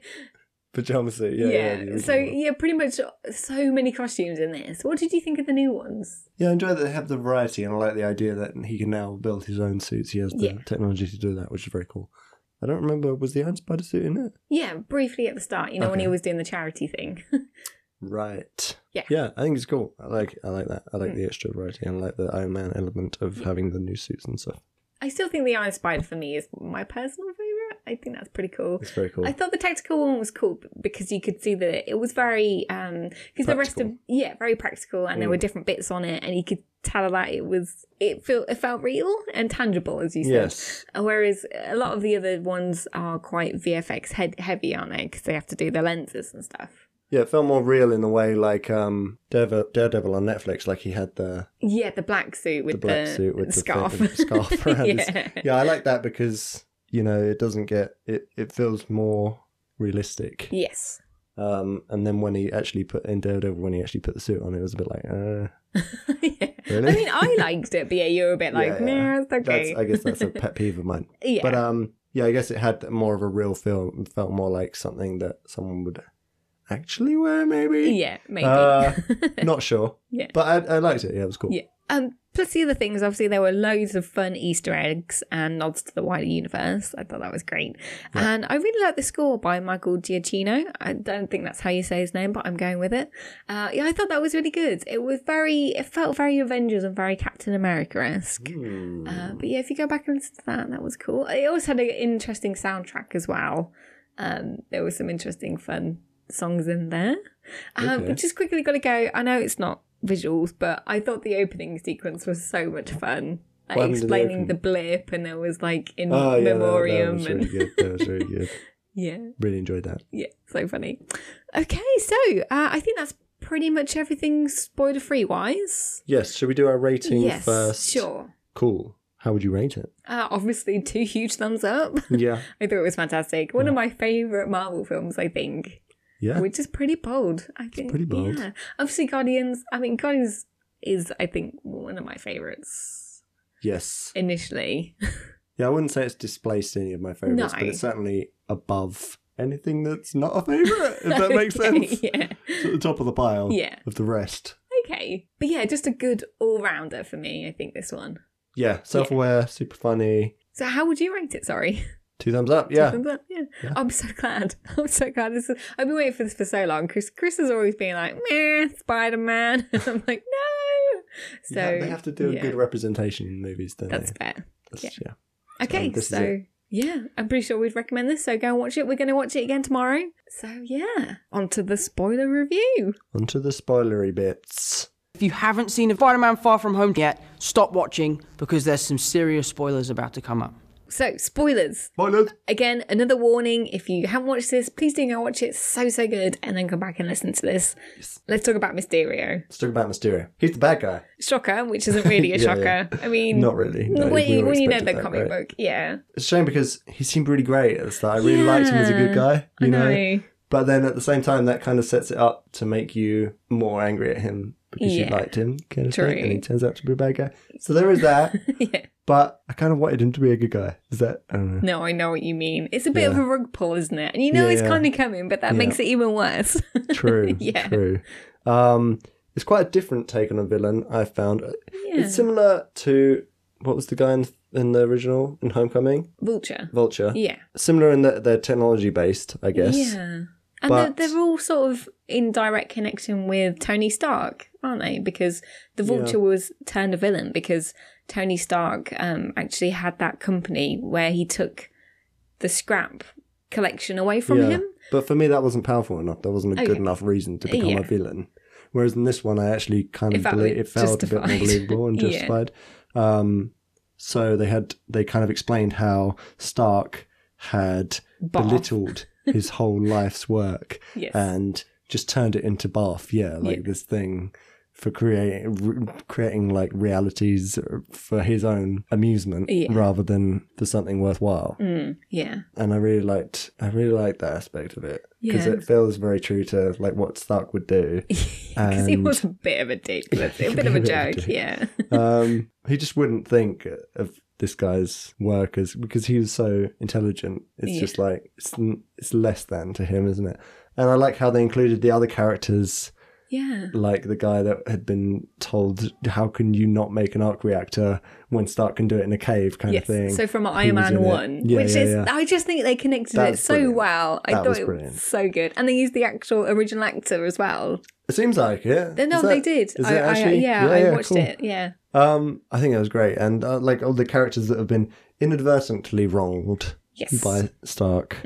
Pajama suit, yeah, yeah. the
so
original one.
yeah, pretty much so many costumes in this. What did you think of the new ones?
Yeah, I enjoy that they have the variety, and I like the idea that he can now build his own suits. He has the
Yeah.
technology to do that, which is very cool. I don't remember was the Iron Spider suit in it?
Yeah, briefly at the start, you know, when he
Okay.
was doing the charity thing. [laughs]
Right.
Yeah. Mm.
Yeah, I think it's cool. I like I like that. I like the extra variety and I like the Iron Man element of having the new suits and stuff.
I still think the Iron Spider for me is my personal favorite. I think that's pretty cool.
It's very cool.
I thought the tactical one was cool b- because you could see that it was very um because the rest of
Practical. Mm.
yeah very practical and there were different bits on it and you could tell that it was it felt it felt real and tangible as you said.
yes.
Uh, Whereas a lot of the other ones are quite VFX head heavy, aren't they? Because they have to do their lenses and stuff.
Yeah, it felt more real in the way like um Daredevil, Daredevil on Netflix, like he had the
Yeah, the black suit with
the
the,
black suit with the
scarf.
thing-
[laughs]
scarf around his-
yeah.
Yeah, I like that because, you know, it doesn't get it, it feels more realistic.
Yes. [laughs]
Um and then when he actually put in Daredevil when he actually put the suit on, it was a bit like, uh
yeah. I
Really?
mean, I liked it, but yeah, you were a bit like,
[laughs] Yeah, yeah.
nah, it's okay.
That's, I guess that's a pet peeve of mine.
yeah.
But um, yeah, I guess it had more of a real feel. It felt more like something that someone would actually wear, maybe.
[laughs] yeah, maybe. [laughs]
Uh, Not sure.
Yeah.
But I, I liked it. Yeah, it was cool.
Yeah. Um, plus the other things, obviously, there were loads of fun Easter eggs and nods to the wider universe. I thought that was great. And I really like the score by Michael Giacchino. I don't think that's how you say his name, but I'm going with it. Uh, yeah, I thought that was really good. It was very, it felt very Avengers and very Captain America esque. Uh, but yeah, if you go back and listen to that, that was cool. It also had an interesting soundtrack as well. Um, there was some interesting, fun songs in there. Um,
Okay.
Just quickly got to go. I know it's not visuals, but I thought the opening sequence was so much fun. Like
What happened to the
explaining the
opening?
blip, and there was like in
Oh, yeah, that-
memoriam,
That,
and
was really good. That was really good.
[laughs] yeah,
Really enjoyed that.
yeah, so funny. Okay, so uh, I think that's pretty much everything spoiler free wise.
Yes. Should we do our rating
Yes,
first?
sure.
Cool. How would you
[laughs]
rate it?
Uh, obviously, two huge thumbs up.
Yeah.
I thought it was fantastic. One of my favourite Marvel films, I think,
Yeah.
which is pretty bold. I think
pretty bold.
Yeah, obviously Guardians. I mean, Guardians is, I think, one of my favourites
yes.
initially.
Yeah. I wouldn't say it's displaced any of my favorites,
No.
but it's certainly above anything that's not a favorite.
[laughs]
If that makes
Okay,
sense.
Yeah.
It's at the top of the pile.
Yeah.
Of the rest.
Okay, but yeah, just a good all rounder for me. I think this one.
Yeah. Self-aware. Super funny.
So, how would you rate it? Sorry.
Two thumbs up.
[laughs]
Yeah.
Thumbs up, yeah. I'm so glad. [laughs] I'm so glad. This is, I've been waiting for this for so long. Chris, Chris has always been like, meh, Spider Man. [laughs] I'm like, no. So
Yeah, they have to do
yeah,
a good representation in movies, don't
That's
they?
fair.
That's- yeah.
Okay,
this is
so
it.
yeah, I'm pretty sure we'd recommend this. So go and watch it. We're going to watch it again tomorrow. So yeah, on to the spoiler review.
Onto the spoilery bits.
If you haven't seen Spider-Man Far From Home yet, stop watching because there's some serious spoilers about to come up.
So spoilers.
Spoilers.
Again, another warning. If you haven't watched this, please do go watch it. So so good, and then come back and listen to this. Let's talk about Mysterio.
Let's talk about Mysterio. He's the bad guy.
Shocker, which isn't really a
[laughs] Yeah,
shocker.
yeah.
I mean,
Not really. No,
when,
we
you,
all
when you know the
expected that,
comic
right?
book, yeah.
It's a shame because he seemed really great at the start. I really liked him as a good guy. You
I
know?
know.
But then at the same time, that kind of sets it up to make you more angry at him because you
Yeah.
liked him, kind of
True.
thing, and he turns out to be a bad guy. So there is that.
[laughs] Yeah.
But I kind of wanted him to be a good guy. Is that?
[laughs]
I don't know.
No, I know what you mean. It's a bit of a rug pull, isn't it? And you know
Yeah,
it's
yeah.
kind of coming, but that
Yeah.
makes it even worse. [laughs]
True.
Yeah.
True. Um, it's quite a different take on a villain. I found
Yeah.
it's similar to what was the guy in, in the original in Homecoming?
Vulture.
Vulture.
Yeah.
Similar in that they're technology based, I guess.
Yeah. And
But-
they're, they're all sort of in direct connection with Tony Stark, aren't they? Because the Vulture was turned a villain because Tony Stark um, actually had that company where he took the scrap collection away from him.
But for me, that wasn't powerful enough. That wasn't a good
Okay.
enough reason to become
Yeah.
a villain. Whereas in this one, I actually kind of
It felt
believe it felt a bit more
justified. [laughs]
believable and
Yeah.
justified. Um, so they had they kind of explained how Stark had
Barf. [laughs]
belittled his whole life's work
Yes.
and just turned it into barf. Yeah, like
Yeah.
this thing for creating re- creating like realities for his own amusement
Yeah.
rather than for something worthwhile
Yeah.
and I really liked I really liked that aspect of it because
Yeah.
it feels very true to like what Stark
[laughs]
would do.
Because he
And-
was a bit of a
[laughs]
dick, wasn't he? a bit of a joke, yeah.
um, he just wouldn't think of this guy's work as because he was so intelligent. It's
Yeah.
just like it's, n- it's less than to him, isn't it? And I like how they included the other characters,
Yeah.
like the guy that had been told, "How can you not make an arc reactor when Stark can do it in a cave?" kind
Yes.
of thing.
So from
He
Iron
was
Man
in it.
one,
Yeah,
which
yeah,
is
yeah.
I just think they connected
That
it
was
so
brilliant.
well. I
That
thought
was
it
brilliant.
was so good, and they used the actual original actor as well.
it seems like it.
No,
Is
they
that-
did.
is
I,
it
I-
actually?
yeah, I watched
cool.
it. Yeah, [laughs]
Um, I think it was great, and uh, like all the characters that have been inadvertently wronged
Yes. Mm.
by Stark,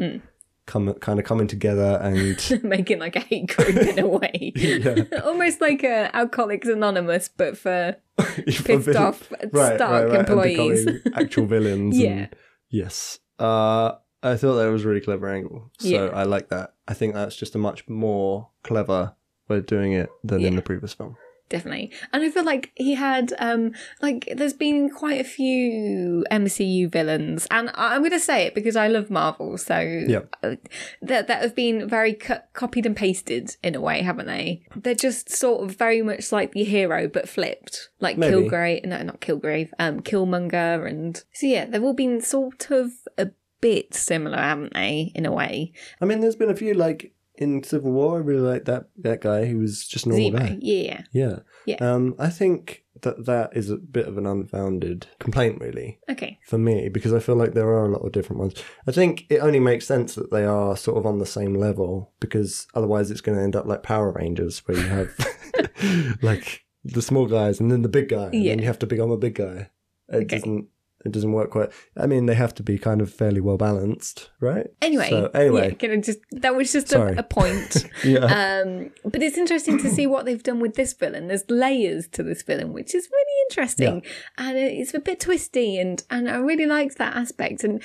come kind of coming together,
[laughs]
and [laughs]
making like a hate group in a way, [laughs] almost like a Alcoholics Anonymous, but for pissed
[laughs]
off Stark
and
employees. [laughs]
becoming actual villains.
Yeah.
and- yes. Uh, I thought that was a really clever angle, so
Yeah.
I like that. I think that's just a much more clever way of doing it than in
Yeah.
the previous film.
definitely. And I feel like he had um like there's been quite a few MCU villains, and I- I'm going to say it because I love Marvel, so
Yeah.
uh, that that have been very co- copied and pasted in a way, haven't they? They're just sort of very much like the hero but flipped, like
Maybe.
Kilgrave, no, not Kilgrave, um, Killmonger, and so yeah, they've all been sort of a bit similar, haven't they, in a way?
I mean, there's been a few like in Civil War. I really like that that guy who was just a normal
Zemo,
guy.
yeah,
Yeah.
Yeah.
Um, I think that that is a bit of an unfounded complaint, really,
okay,
for me, because I feel like there are a lot of different ones. I think it only makes sense that they are sort of on the same level, because otherwise it's going to end up like Power Rangers, where you have [laughs] like the small guys and then the big guy, and
Yeah.
then you have to become a big guy. It
Okay.
doesn't. It doesn't work quite. I mean, they have to be kind of fairly well balanced, right?
Anyway,
So, anyway,
yeah, can I just that was just
Sorry.
a, a point.
[laughs] yeah.
um, but it's interesting to see what they've done with this villain. There's layers to this villain, which is really interesting, and it- it's a bit twisty, and and I really liked that aspect. And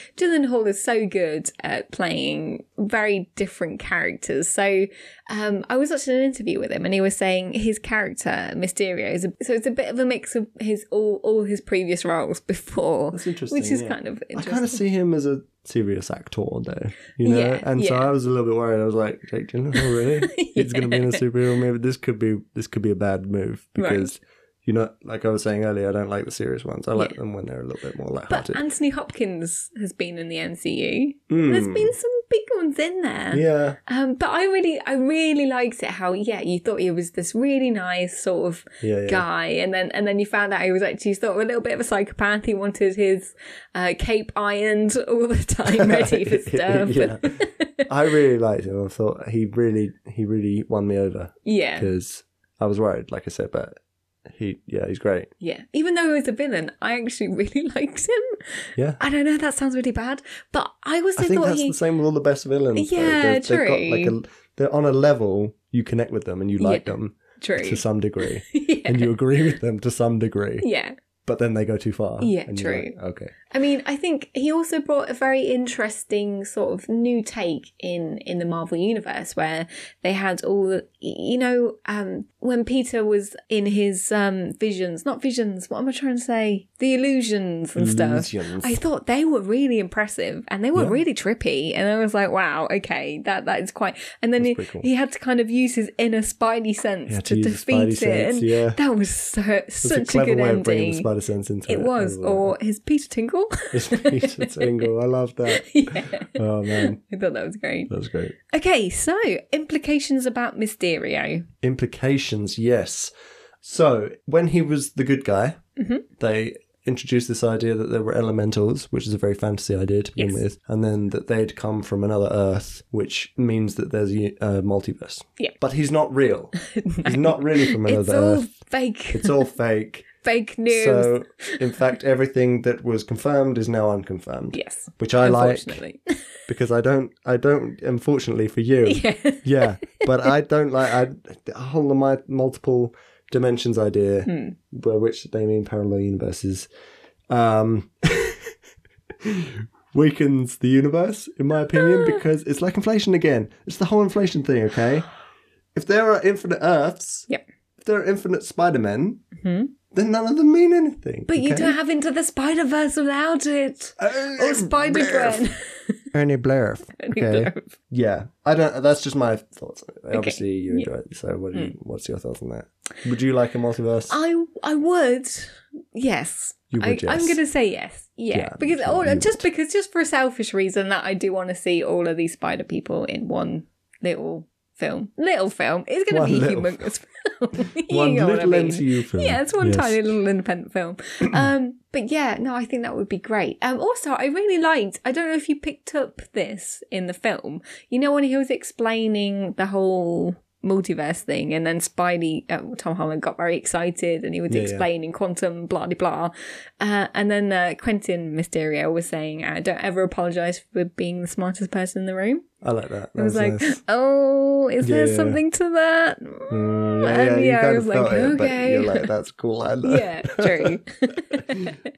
Hall is so good at playing very different characters. So um, I was watching an interview with him, and he was saying his character Mysterio is a, so it's a bit of a mix of his all all his previous roles [laughs] before,
That's interesting,
which is
yeah.
kind of
I
interesting.
kind of see him as a serious actor, though. You know,
Yeah,
and so
yeah.
I was a little bit worried. I was like, Jake Gyllenhaal, oh,
[laughs]
really? He's going to be in a superhero movie. This could be this could be a bad move
Right.
because you know, like I was saying earlier, I don't like the serious ones. I like
Yeah.
them when they're a little bit more
But
lighthearted.
Anthony Hopkins has been in the MCU. There's been some big ones in there.
Hmm. [laughs] yeah,
Um, but I really, I really liked it. How yeah, you thought he was this really nice sort of
Yeah, yeah.
guy, and then and then you found out he was actually sort of a little bit of a psychopath. He wanted his uh, cape ironed all the
[laughs]
time, ready for stuff.
Yeah. I really liked him. I thought he really he really won me over
[laughs] yeah.
because I was worried, like I said, but he yeah he's great.
Yeah. Even though he was a villain, I actually really [laughs] liked him.
Yeah.
I don't know. That sounds really bad, but I also
I think
thought
that's
he.
the same with all the best villains. though.
Yeah,
They've- they've got,
true.
like, a- they're on a level you connect with them and you like
Yeah,
them
True.
to some degree,
[laughs] yeah.
and you agree with them to some degree.
yeah.
But then they go too far.
Yeah,
and you're
true.
like, okay.
I mean, I think he also brought a very interesting sort of new take in in the Marvel universe, where they had all you know um, when Peter was in his um, visions, not visions. What am I trying to say? The illusions and
Illusions.
stuff. I thought they were really impressive and they were
Yeah.
really trippy, and I was like, wow, okay, that that is quite. And then
That's
he,
pretty cool.
he had to kind of use his inner Spidey sense
Yeah,
to,
to use his Spidey
defeat it,
sense,
and
yeah.
that was so
It's
such a,
clever
good
way
ending.
of bringing the spider sense into it.
It was,
I
or his Peter Tingle.
[laughs]
[laughs]
It's Peter Tingle. I love that.
yeah.
[laughs] Oh man,
I thought that was great.
that was great.
Okay, so implications about Mysterio. Mm-hmm.
Implications, yes. So when he was the good guy, they introduced this idea that there were elementals, which is a very fantasy idea to begin
Yes.
with, and then that they'd come from another Earth, which means that there's a uh, multiverse.
Yeah.
But he's not
[laughs]
real. He's not really from another
It's all
Earth.
fake.
uh, It's all fake.
[laughs] fake news.
So, in
[laughs]
fact, everything that was confirmed is now unconfirmed.
yes.
Which I like
Unfortunately. [laughs]
because I don't, I don't. Unfortunately for you, yeah, but
[laughs]
I don't like I the whole of my multiple dimensions idea,
Hmm.
by which they mean parallel universes, um, [laughs] weakens the universe, in my
Ah.
opinion, because it's like inflation again. It's the whole inflation thing.
[gasps]
Okay, if there are infinite Earths,
Yep.
if there are infinite Spider Men, then none of them mean anything.
Mm-hmm. But you
okay? Oh,
don't have Into the Spider Verse without it. or Spider [laughs] Gwen.
Ernie Blair. Okay. Yeah, I don't. That's just my thoughts. on it. Obviously, you enjoy it. So, what do you,
Hmm.
what's your thoughts on that? Would you like a multiverse?
I I would. Yes.
You would,
I,
yes.
I'm going to say yes. Yeah.
Yeah,
because
sure,
all,
you
just because just for a selfish reason that I do want to see all of these spider people in one little film. Little film. It's going
One
to be
little- [laughs]
humongous film. [laughs] You
One
know what
little
I mean.
MCU film.
Yeah, it's one
Yes.
tiny little independent
[clears throat]
film. um, but yeah, no, I think that would be great. Um, also, I really liked. I don't know if you picked up this in the film. You know when he was explaining the whole multiverse thing, and then Spidey, uh, Tom Holland got very excited, and he was
Yeah, yeah.
explaining quantum blah de blah. Uh, and then uh, Quentin Mysterio was saying, uh, "Don't ever apologize for being the smartest person in the room."
I like that. That
I was like,
nice.
"Oh, is there
Yeah.
something to
[laughs]
that?" and
Mm, yeah, yeah, you
yeah, I
kind
was
of
like,
felt it,
okay.
but
[laughs]
you're like, that's cool. I know.
Yeah, true.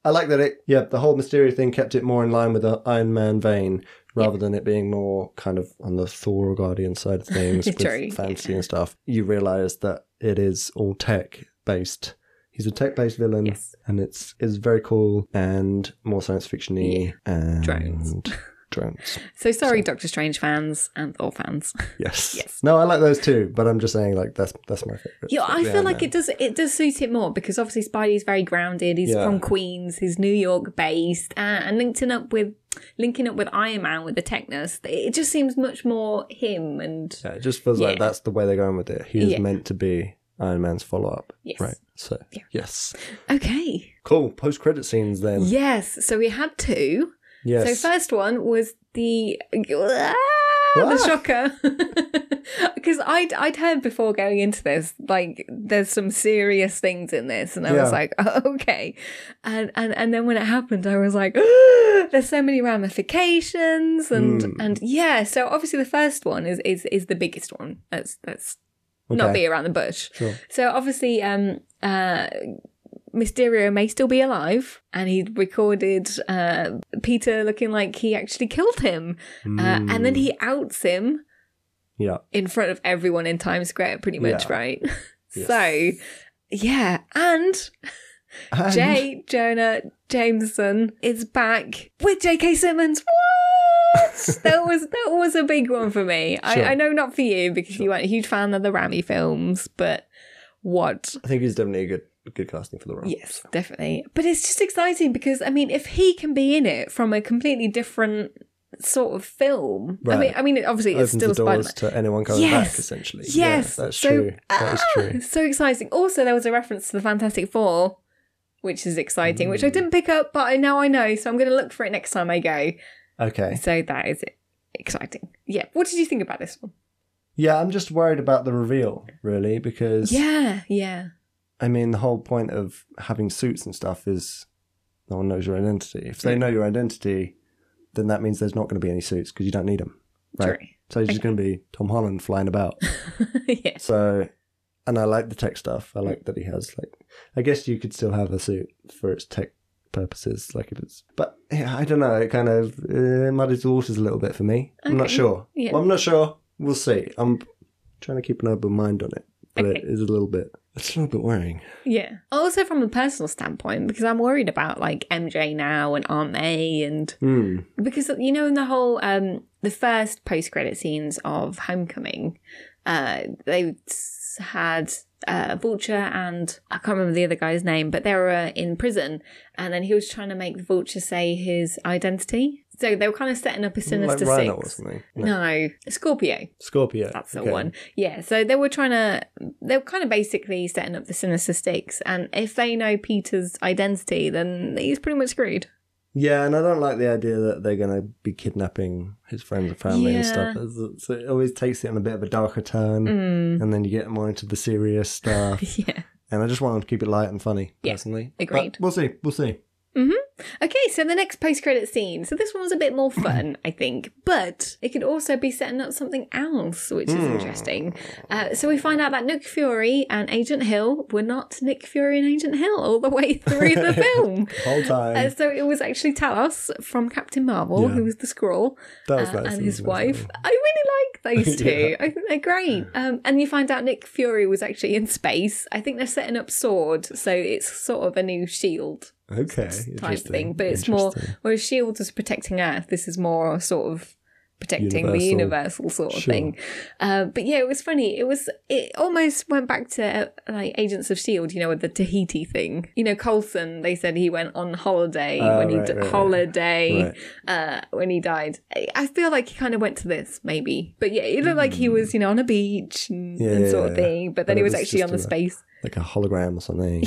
I like that it. Yeah, the whole Mysterio thing kept it more in line with the Iron Man vein, rather than it being more kind of on the Thor or Guardian side
[laughs]
of things with
True,
fantasy
yeah.
and stuff. You realise that it is all tech based. He's a tech based villain,
Yes.
and it's is very cool and more science fictiony and
Drones.
[laughs] Drones.
So sorry, Doctor Strange fans and all fans.
Yes.
Yes.
No, I like those too, but I'm just saying like that's that's my favorite.
[laughs] Yeah, I feel like
man.
it does it does suit it more because obviously Spidey's very grounded. He's
Yeah.
from Queens. He's New York based, uh, and linking up with linking up with Iron Man with the Technus. It just seems much more him. And
Yeah, it just feels like
Yeah.
that's the way they're going with it. He is
Yeah.
meant to be Iron Man's follow up.
Yes.
Right. So yes.
okay,
Cool. Post credit scenes then.
yes. So we had two.
Yes.
So first one was the Ah, the
What?
shocker [laughs] because I'd I'd heard before going into this like there's some serious things in this and I
Yeah.
was like [laughs] "Oh, okay and, and and then when it happened I was like "Ah, there's so many ramifications and
Hmm.
and yeah so obviously the first one is is is the biggest one that's that's not
Okay.
be around the bush
Sure.
so obviously um uh Mysterio may still be alive, and he recorded uh, Peter looking like he actually killed him, uh, and then he
Hmm.
outs him
yeah.
in front of everyone in Times Square, pretty much,
Yeah.
right? [laughs]
Yes.
So, yeah, and
And-
Jay Jonah Jameson is back with J.K. Simmons.
[laughs]
What? that was that was a big one for me.
Sure.
I, I know not for you because you weren't a huge fan of the Rami films, but what?
[laughs] I think he's definitely a good good casting for the role.
Yes, definitely. But it's just exciting because I mean, if he can be in it from a completely different sort of film, I mean,
Right.
I mean, it- obviously it's
Opens
still
the
Spider
doors
Man.
to anyone coming
Yes.
back, essentially.
Yes,
Yeah, that's
so- ah.
true. that is true.
So exciting. Also, there was a reference to the Fantastic Four, which is exciting, which I
Mm.
didn't pick up, but I now I know, so I'm going to look for it next time I go.
Okay.
So that is it. Exciting. Yeah. What did you think about this one?
Yeah, I'm just worried about the reveal, really, because
Yeah, yeah,
I mean, the whole point of having suits and stuff is no one knows your identity. If they know your identity, then that means there's not going to be any suits because you don't need them. Right.
True.
So he's just going to be Tom Holland flying about.
[laughs] yeah.
so, and I like the tech stuff. I like that he has like. I guess you could still have a suit for its tech purposes, like if it's. But yeah, I don't know. It kind of uh, muddies the waters a little bit for me. I'm not
Okay.
sure.
Yeah.
Well, I'm not sure. We'll see. I'm trying to keep an open mind on it, but it
Okay.
is a little bit. It's a little bit worrying.
Yeah. Also, from a personal standpoint, because I'm worried about like MJ now and Aunt May and
Hmm.
because you know in the whole um the first post credit scenes of Homecoming, uh they s- had uh Vulture and I can't remember the other guy's uh, name, but they were in prison, and then he was trying to make the Vulture say his identity. So they were kind of setting up a
like
Sinister
Rhino or
Six.
something.
No, Scorpio.
Scorpio.
That's the
okay.
one. Yeah. So they were trying to, they were kind of basically setting up the Sinister Six. And if they know Peter's identity, then he's pretty much screwed. [laughs]
Yeah, and I don't like the idea that they're going to be kidnapping his friends and family and
Yeah. Mm.
stuff. It's- So it always takes it on a bit of a darker turn, and then you get more into the serious
[laughs]
stuff.
Yeah.
And I just want them to keep it light and funny,
Yeah,
personally.
agreed.
But we'll see. We'll see.
Okay, so the next post-credit scene. So this one was a bit more
[clears throat]
fun, I think, but it could also be setting up something else, which is
Hmm.
interesting. Uh, so we find out that Nick Fury and Agent Hill were not Nick Fury and Agent Hill all the way through
[laughs]
the film.
Whole time.
Uh, so it was actually Talos from Captain Marvel,
Yeah.
who was the Skrull, uh,
That was that
and
scene,
his
wasn't
wife.
it?
I really like those two.
[laughs] Yeah.
I think they're great. Um, and you find out Nick Fury was actually in space. I think they're setting up Sword, so it's sort of a new Shield
Okay.
type
interesting,
thing, but it's more
interesting.
whereas Shield was protecting Earth. This is more sort of protecting the
Universal.
universal sort of
Sure.
thing. Uh, but yeah, it was funny. It was it almost went back to uh, like Agents of Shield, you know, with the Tahiti thing. You know, Colson. They said he went on holiday
Oh,
when he
right,
di-
right, right.
holiday
Right.
Uh, when he died. I- I feel like he kind of went to this maybe, but yeah, it looked like he was you know on a beach and,
Hmm. Yeah,
and
yeah,
sort of
yeah.
thing. But
But
then he
it
was,
was
actually
just
on the
a-
space.
Like a hologram
[laughs]
or something.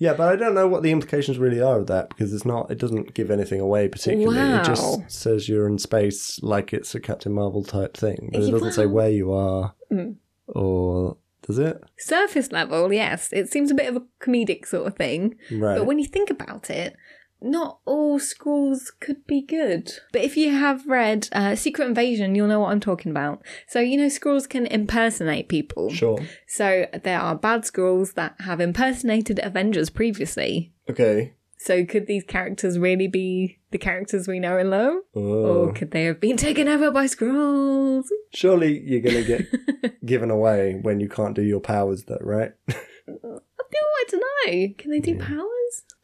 yeah, but I don't know what the implications really are of that because it's not, it doesn't give anything away particularly. It just
Wow.
says you're in space like it's a Captain Marvel type thing, but it doesn't say
Wow.
where you are
Mm.
or does it?
Surface level, yes. It seems a bit of a comedic sort of thing.
Right.
But when you think about it, not all schools could be good. But if you have read uh, Secret Invasion, you'll know what I'm talking about. So, you know, schools can impersonate people.
Sure.
So, there are bad schools that have impersonated Avengers previously.
Okay.
So, could these characters really be the characters we know and love?
Oh.
Or could they have been taken over by scrolls?
Surely you're gonna get
[laughs]
given away when you can't do your powers, though, right? [laughs]
I don't know. Can they do powers?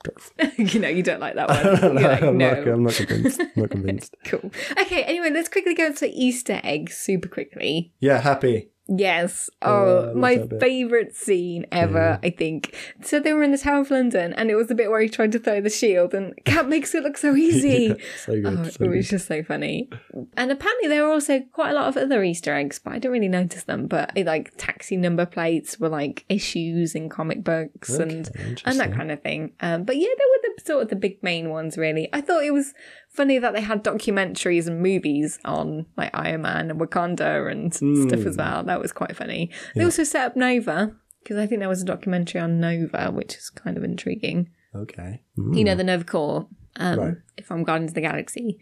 [laughs] you know, you don't like that
I don't
one.
know.
You're like,
I'm,
no.
not, I'm not convinced. I'm
[laughs]
not convinced.
Cool. Okay, anyway, let's quickly go to Easter eggs super quickly.
Yeah, happy.
Yes.
Oh, I
Oh,
love
my
that bit.
favourite scene ever, I think. So they were in the Tower of London and it was the bit where he tried to throw the shield and Cat makes it look [laughs] so easy.
Yeah, so good.
Oh,
so
it was
good.
just so funny. And apparently there were also quite a lot of other Easter eggs, but I didn't really notice them. But eh, like taxi number plates were like issues in comic books and and that kind of thing. Um, but yeah, they were the sort of the big main ones really. I thought it was funny that they had documentaries and movies on like Iron Man and Wakanda and stuff
Hmm.
as well. That was quite funny. They also set up Nova. Because I think there was a documentary on Nova, which is kind of intriguing
Okay.
you know, the Nova Corps, um,
Right.
if I'm Guardians of the Galaxy.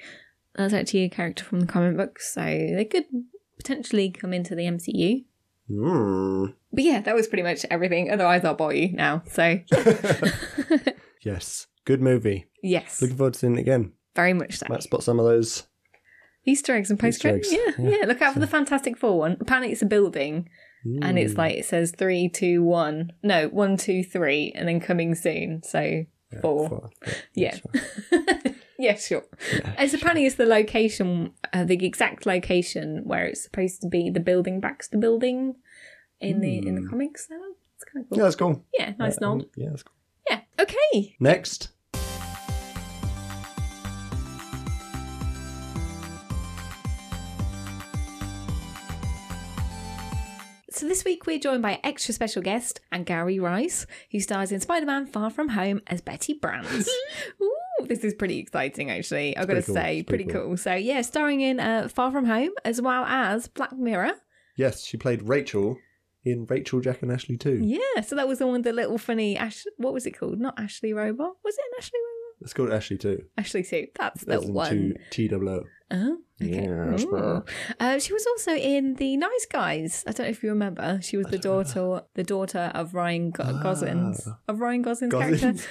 That's actually a character from the comic books, so they could potentially come into the MCU.
Mm.
But yeah, that was pretty much everything. Otherwise, I'll bore you now. So,
Yes. Good movie.
yes,
Looking forward to seeing it again.
very much so.
Might spot some of those.
Easter eggs and
Easter
postcards. Yeah,
eggs,
yeah, Look out for the Fantastic Four one. Apparently, it's a building, and it's like it says three, two, one. No, one, two, three, and then coming soon. So four.
for-
Yeah. [laughs] yeah, sure. it's apparently it's the location, uh, the exact location where it's supposed to be the building Baxter building in the in the comics. So it's kind of cool.
Hmm. Yeah, that's cool.
Yeah, nice
Yeah, um,
nod.
Yeah, that's cool.
Yeah. Okay.
Next.
So this week we're joined by extra special guest and Gary Rice, who stars in Spider-Man: Far From Home as Betty Brant.
[laughs]
Ooh, this is pretty exciting, actually. I've got to
pretty cool.
say,
It's
pretty,
pretty
cool.
cool.
So yeah, starring in uh, Far From Home as well as Black Mirror.
Yes, she played Rachel in Rachel, Jack, and Ashley too.
Yeah, so that was the one with the little funny Ash. What was it called? Not Ashley Robot. Was it an Ashley Robot?
It's called Ashley too.
Ashley Sue. That's the
As in
one.
two- T-double-O.
Oh, okay.
Yes,
Ooh.
bro.
Uh, she was also in the Nice Guys. I don't know if you remember. She was the daughter, the daughter of Ryan Go- Gosling's of Ryan Gosling's character. [laughs]
Gosling's.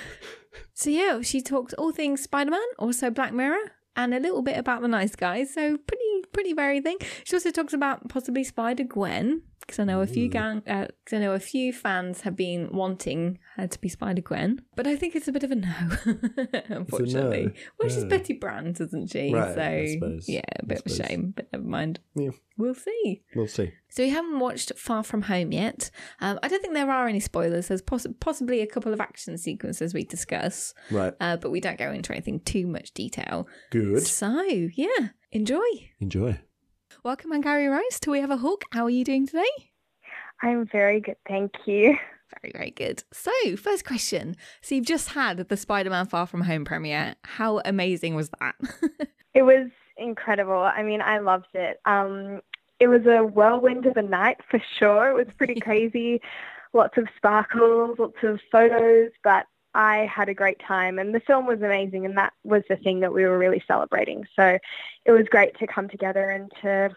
So yeah, she talked all things Spider Man, also Black Mirror, and a little bit about the Nice Guys. So pretty, pretty varied thing. She also talks about possibly Spider Gwen because I know a few gang, uh 'cause I know a few fans have been wanting her to be Spider Gwen, but I think it's a bit of a no, [laughs] unfortunately. Well, she's
Yeah.
Betty Brandt, isn't she?
Right,
so
I suppose.
yeah, a
I
bit of a
suppose.
shame, but never mind.
Yeah.
We'll see.
We'll see.
So we haven't watched Far From Home yet. Um, I don't think there are any spoilers. There's poss- possibly a couple of action sequences we discuss,
Right.
uh, but we don't go into anything too much detail.
Good.
So yeah, enjoy.
Enjoy.
Welcome, I'm Gary Rice. To we have a hawk. How are you doing today?
I'm very good, thank you. [laughs]
Very, very good. So, first question. So, you've just had the Spider Man Far From Home premiere. How amazing was that? [laughs]
It was incredible. I mean, I loved it. Um, it was a whirlwind of a night for sure. It was pretty crazy. Lots of sparkles, lots of photos, but I had a great time and the film was amazing and that was the thing that we were really celebrating. So it was great to come together and to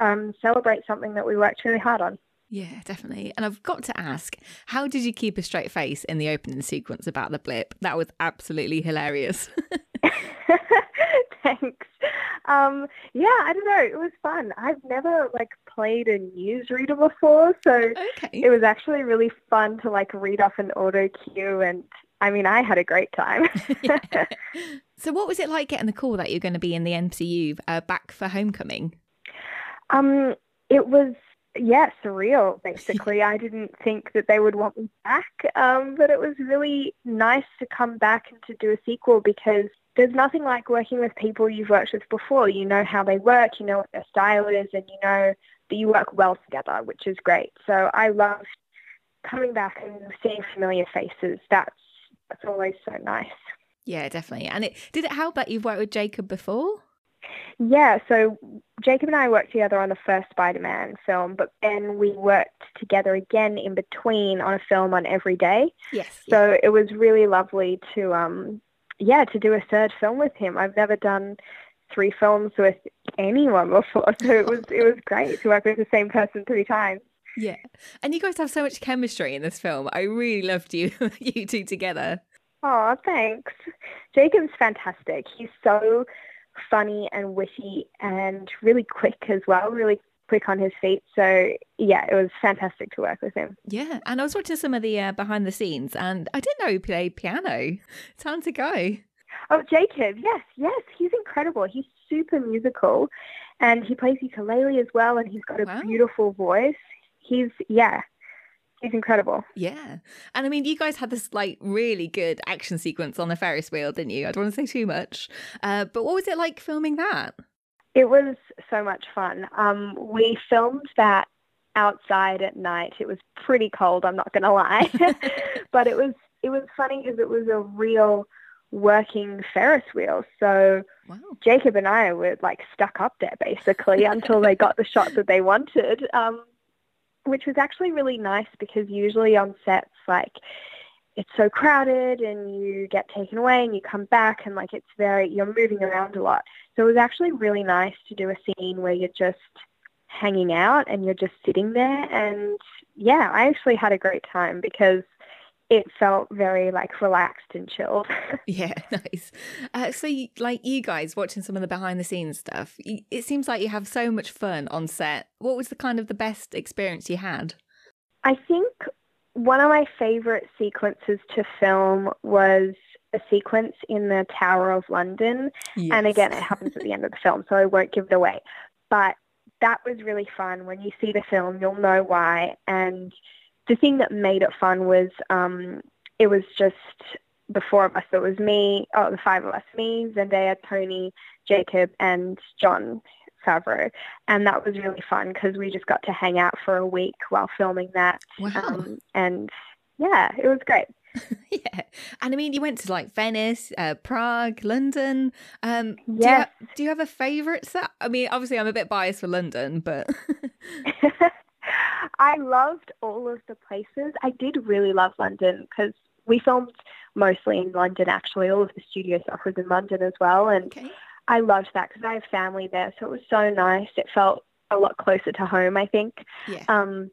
um, celebrate something that we worked really hard on.
yeah, definitely. And I've got to ask, how did you keep a straight face in the opening sequence about the blip? That was absolutely hilarious. [laughs]
[laughs] Thanks. Um, yeah, I don't know. It was fun. I've never like played a newsreader before, so
okay.
it was actually really fun to like read off an auto cue and I mean I had a great time.
[laughs] Yeah. So, what was it like getting the call that you're going to be in the MCU uh, back for Homecoming?
um it was yeah, surreal basically. I didn't think that they would want me back, um, but it was really nice to come back and to do a sequel because there's nothing like working with people you've worked with before. You know how they work, you know what their style is, and you know that you work well together, which is great. So I loved coming back and seeing familiar faces. That's that's always so nice.
Yeah, definitely. And it did it help that you've worked with Jacob before?
Yeah, so Jacob and I worked together on the first Spider-Man film, but then we worked together again in between on a film on Every Day.
Yes.
So it was really lovely to, um, yeah, to do a third film with him. I've never done three films with anyone before, [laughs] so it was it was great to work with the same person three times.
Yeah. And you guys have so much chemistry in this film. I really loved you [laughs] you two together.
Oh, thanks. Jacob's fantastic. He's so funny and witty and really quick as well, really quick on his feet. So yeah, it was fantastic to work with him.
Yeah. And I was watching some of the uh, behind the scenes and I didn't know he played piano. Time to go.
Oh, Jacob, yes, yes, he's incredible. He's super musical and he plays ukulele as well and he's got a
Wow.
beautiful voice. He's, yeah, he's incredible.
Yeah. And I mean, you guys had this like really good action sequence on the Ferris wheel, didn't you? I don't want to say too much. Uh, but what was it like filming that?
It was so much fun. Um, we filmed that outside at night. It was pretty cold, I'm not going to lie. [laughs] but it was it was funny because it was a real working Ferris wheel. So
Wow.
Jacob and I were like stuck up there basically until they got the shot that they wanted, um, which was actually really nice because usually on sets like it's so crowded and you get taken away and you come back and like it's very you're moving around a lot. So it was actually really nice to do a scene where you're just hanging out and you're just sitting there and yeah, I actually had a great time because it felt very like relaxed and chilled. [laughs]
Yeah, [laughs] nice. Uh, so, you, like you guys watching some of the behind the scenes stuff, y it seems like you have so much fun on set. What was the kind of the best experience you had?
I think one of my favorite sequences to film was a sequence in the Tower of London. And
Yes.
again, it happens at the end of the film, so I won't give it away. But that was really fun. When you see the film, you'll know why. And the thing that made it fun was um, it was just the four of us. So it was me, oh, the five of us, me, Zendaya, Tony, Jacob, and John Favreau. And that was really fun because we just got to hang out for a week while filming that.
Wow.
Um, and yeah, it was great.
[laughs] yeah. And I mean, you went to like Venice, uh, Prague, London. Um, do, you
Yes.
ha- do you have a favourite set? I mean, obviously, I'm a bit biased for London, but [laughs]
[laughs] I loved all of the places. I did really love London because we filmed mostly in London actually. All of the studio stuff was in London as well and
okay.
I loved that because I have family there so it was so nice. It felt a lot closer to home I think.
Yeah.
Um,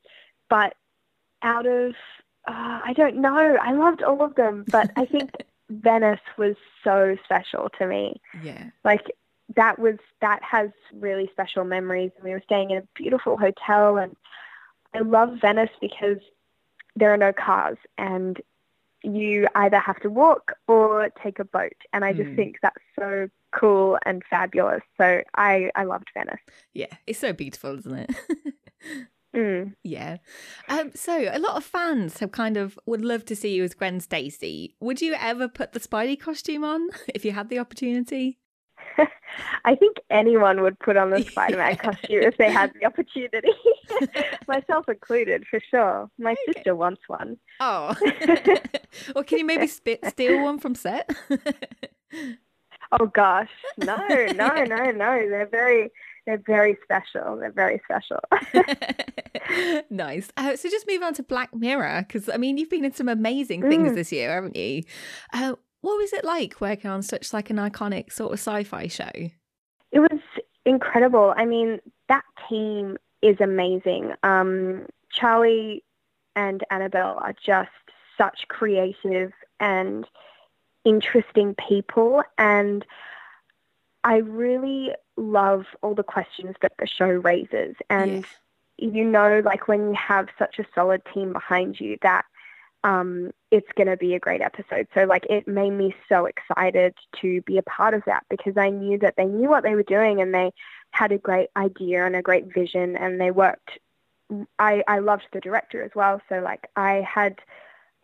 but out of, uh, I don't know, I loved all of them but I think Venice was so special to me.
yeah.
Like that was that has really special memories. We were staying in a beautiful hotel, and I love Venice because there are no cars, and you either have to walk or take a boat. And I just think that's so cool and fabulous. So I I loved Venice.
Yeah, it's so beautiful, isn't it? [laughs]
Mm.
yeah. Um, so a lot of fans have kind of would love to see you as Gwen Stacy. Would you ever put the Spidey costume on [laughs] if you had the opportunity?
I think anyone would put on the Spider-Man
Yeah.
costume if they had the opportunity, [laughs] myself included, for sure. My sister wants one.
Oh, [laughs] or can you maybe sp- steal one from set? [laughs]
Oh gosh, no, no, no, no. They're very, they're very special. They're very special. [laughs]
nice. Uh, so just move on to Black Mirror because I mean you've been in some amazing things this year, haven't you? Uh, what was it like working on such like an iconic sort of sci-fi show?
It was incredible. I mean, that team is amazing. Um, Charlie and Annabelle are just such creative and interesting people. And I really love all the questions that the show raises. And you know, like when you have such a solid team behind you that um, it's going to be a great episode. So like it made me so excited to be a part of that because I knew that they knew what they were doing and they had a great idea and a great vision and they worked. I, I loved the director as well. So like I had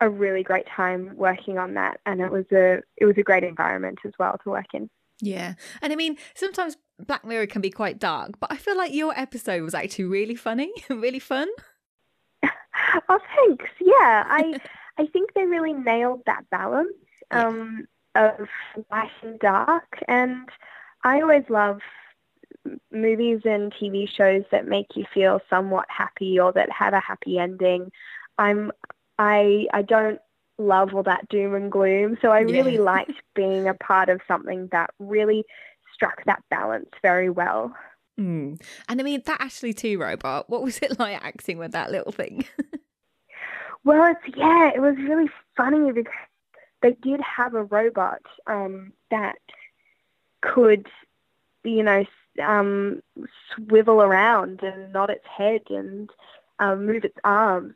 a really great time working on that and it was a, it was a great environment as well to work in.
Yeah, and I mean sometimes Black Mirror can be quite dark, but I feel like your episode was actually really funny, [laughs] really fun.
Oh, thanks. Yeah, I I think they really nailed that balance um, of light and dark, and I always love m- movies and TV shows that make you feel somewhat happy or that have a happy ending. I'm I I don't love all that doom and gloom, so I really
Yeah.
liked being a part of something that really struck that balance very well.
Mm. And I mean that Ashley Two robot. What was it [laughs] like acting with that little thing? [laughs]
Well, it's yeah, it was really funny because they did have a robot um, that could, you know, s- um, swivel around and nod its head and um, move its arms.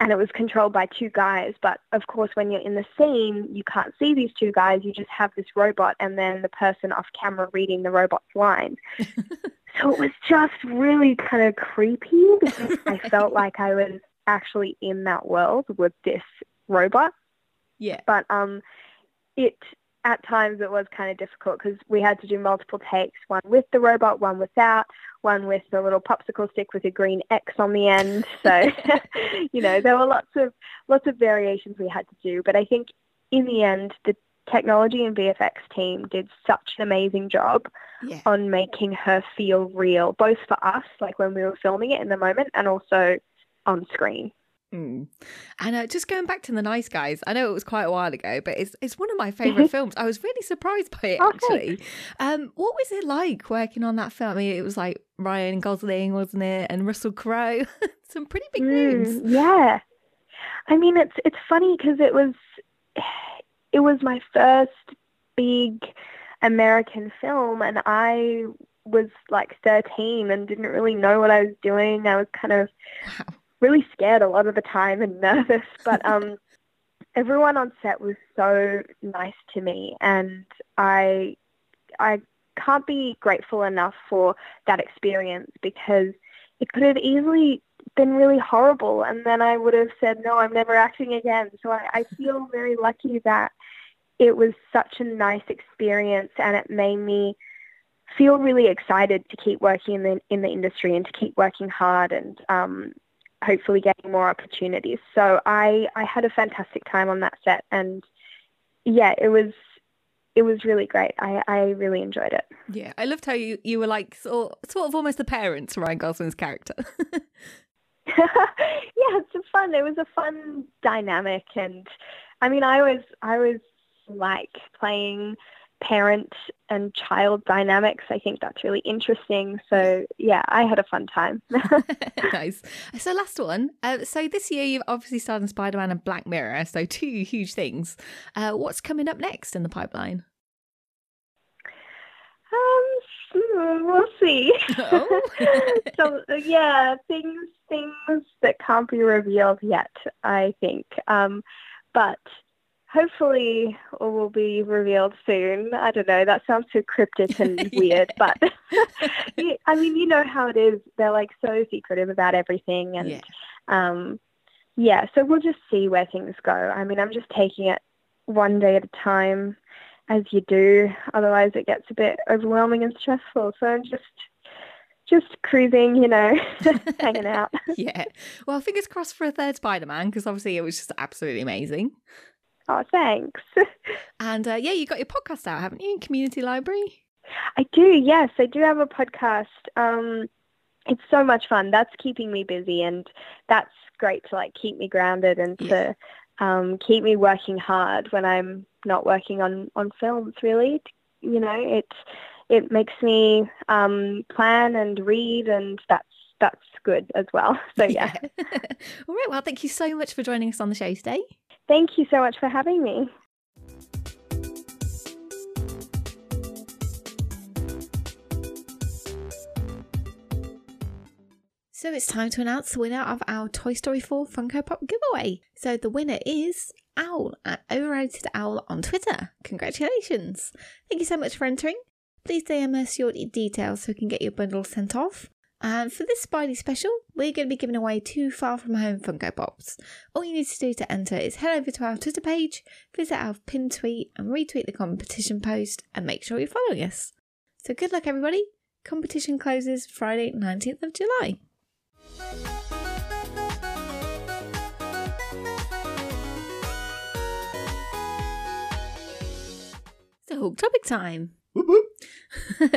And it was controlled by two guys, but of course, when you're in the scene, you can't see these two guys. You just have this robot, and then the person off camera reading the robot's lines. so it was just really kind of creepy because I felt like I was actually in that world with this robot.
yeah,
But um, it at times it was kind of difficult because we had to do multiple takes: one with the robot, one without, one with the little popsicle stick with a green X on the end. So [laughs] you know there were lots of lots of variations we had to do. But I think in the end, the technology and VFX team did such an amazing job
yeah.
on making her feel real, both for us, like when we were filming it in the moment, and also on screen.
Mm. And uh, just going back to the Nice Guys, I know it was quite a while ago, but it's it's one of my favorite films. I was really surprised by it
Oh,
actually. Um, what was it like working on that film? I mean, it was like Ryan Gosling, wasn't it, and Russell Crowe. [laughs] Some pretty big names.
Mm, yeah, I mean it's it's funny because it was it was my first big American film, and I was like 13 and didn't really know what I was doing. I was kind of really scared a lot of the time and [laughs] nervous, but um, everyone on set was so nice to me, and I I can't be grateful enough for that experience because it could have easily been really horrible and then I would have said, no, I'm never acting again. So I, I feel very lucky that it was such a nice experience and it made me feel really excited to keep working in the, in the industry and to keep working hard and um, hopefully getting more opportunities. So I, I had a fantastic time on that set and yeah, it was, it was really great. I, I really enjoyed it.
Yeah, I loved how you, you were like sort sort of almost the parents to Ryan Gosling's character. [laughs]
[laughs] yeah, it's a fun. It was a fun dynamic, and I mean, I was I was like playing parent and child dynamics. I think that's really interesting. So yeah, I had a fun time. [laughs]
nice. So last one. Uh, so this year you've obviously starred in Spider Man and Black Mirror. So two huge things. Uh, what's coming up next in the pipeline?
Um, hmm, we'll see.
Oh.
[laughs] so yeah, things things that can't be revealed yet. I think, um, but hopefully all will be revealed soon. I don't know. That sounds too cryptic and weird, but you- I mean, you know how it is. They're like so secretive about everything, and [laughs]
Yeah.
um, yeah. So we'll just see where things go. I mean, I'm just taking it one day at a time as you do. Otherwise, it gets a bit overwhelming and stressful. So I'm just just cruising, you know, [laughs] hanging out.
[laughs] yeah. Well, fingers crossed for a third Spider Man because obviously it was just absolutely amazing.
Oh, thanks. [laughs]
And uh, yeah, you got your podcast out, haven't you? Community Library.
I do. Yes, I do have a podcast. Um, it's so much fun. That's keeping me busy, and that's great to like keep me grounded and to um, keep me working hard when I'm not working on on films. Really, you know, it it makes me um, plan and read, and that's that's good as well. [laughs] So Oh, yeah.
[laughs] All right. Well, thank you so much for joining us on the show today.
Thank you so much for having me.
So it's time to announce the winner of our Toy Story 4 Funko Pop giveaway. So the winner is Owl at Overrated Owl on Twitter. Congratulations! Thank you so much for entering. Please DM us your details so we can get your bundle sent off. And for this Spidey special, we're going to be giving away two Far From Home Funko Pops. All you need to do to enter is head over to our Twitter page, visit our pinned tweet, and retweet the competition post, and make sure you're following us. So good luck, everybody! Competition closes Friday, 19th of July. So, Hawk topic time. [laughs] so, in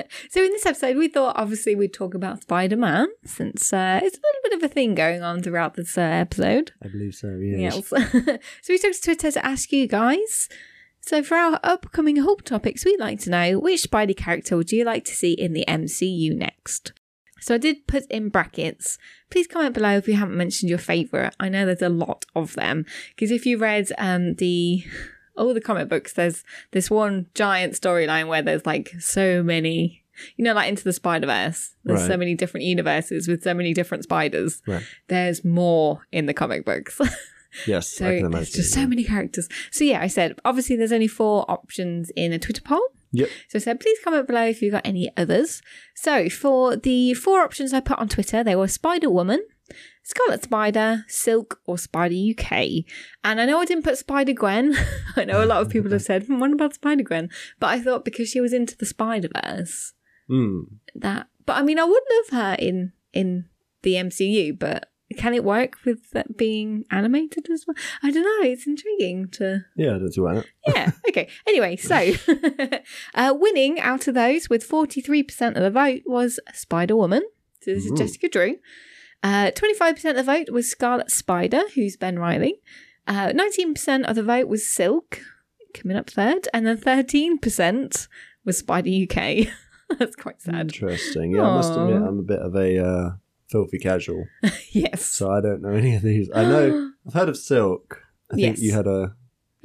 this episode, we thought obviously we'd talk about Spider Man since uh, it's a little bit of a thing going on throughout this uh, episode.
I believe so. Yes.
Yes. [laughs] so, we took to Twitter to ask you guys. So, for our upcoming Hulk topics, we'd like to know which Spidey character would you like to see in the MCU next? So I did put in brackets. Please comment below if you haven't mentioned your favourite. I know there's a lot of them because if you read um, the all the comic books, there's this one giant storyline where there's like so many. You know, like into the Spider Verse. There's so
Right.
many different universes with so many different spiders.
Right.
There's more in the comic books. [laughs]
Yes.
so
I can imagine.
there's just so many characters. So yeah, I said obviously there's only four options in a Twitter poll.
Yep.
So I said, please comment below if you've got any others. So for the four options I put on Twitter, they were Spider Woman, Scarlet Spider, Silk, or Spider UK. And I know I didn't put Spider Gwen. [laughs] I know a lot of people have said, hmm, what about Spider Gwen? But I thought because she was into the Spider Verse,
Mm.
that. But I mean, I would love her in in the MCU, but can it work with that being animated as well? I don't know. It's intriguing
[laughs]
to
Yeah, I don't see why not.
yeah. Okay. Anyway, so [laughs] uh, winning out of those with 43% of the vote was Spider Woman. So this is Jessica Drew. Uh, 25% of the vote was Scarlet Spider, who's Ben Riley. Uh, 19% of the vote was Silk, coming up third. And then 13% was Spider UK. [laughs] That's quite sad.
Interesting. Yeah, I must admit,
Aw.
I'm a bit of a uh, filthy casual,
Yes.
so I don't know [laughs] any of these. [gasps]
[gasps]
I know I've heard of Silk. I think
Yes.
you had a,
A
you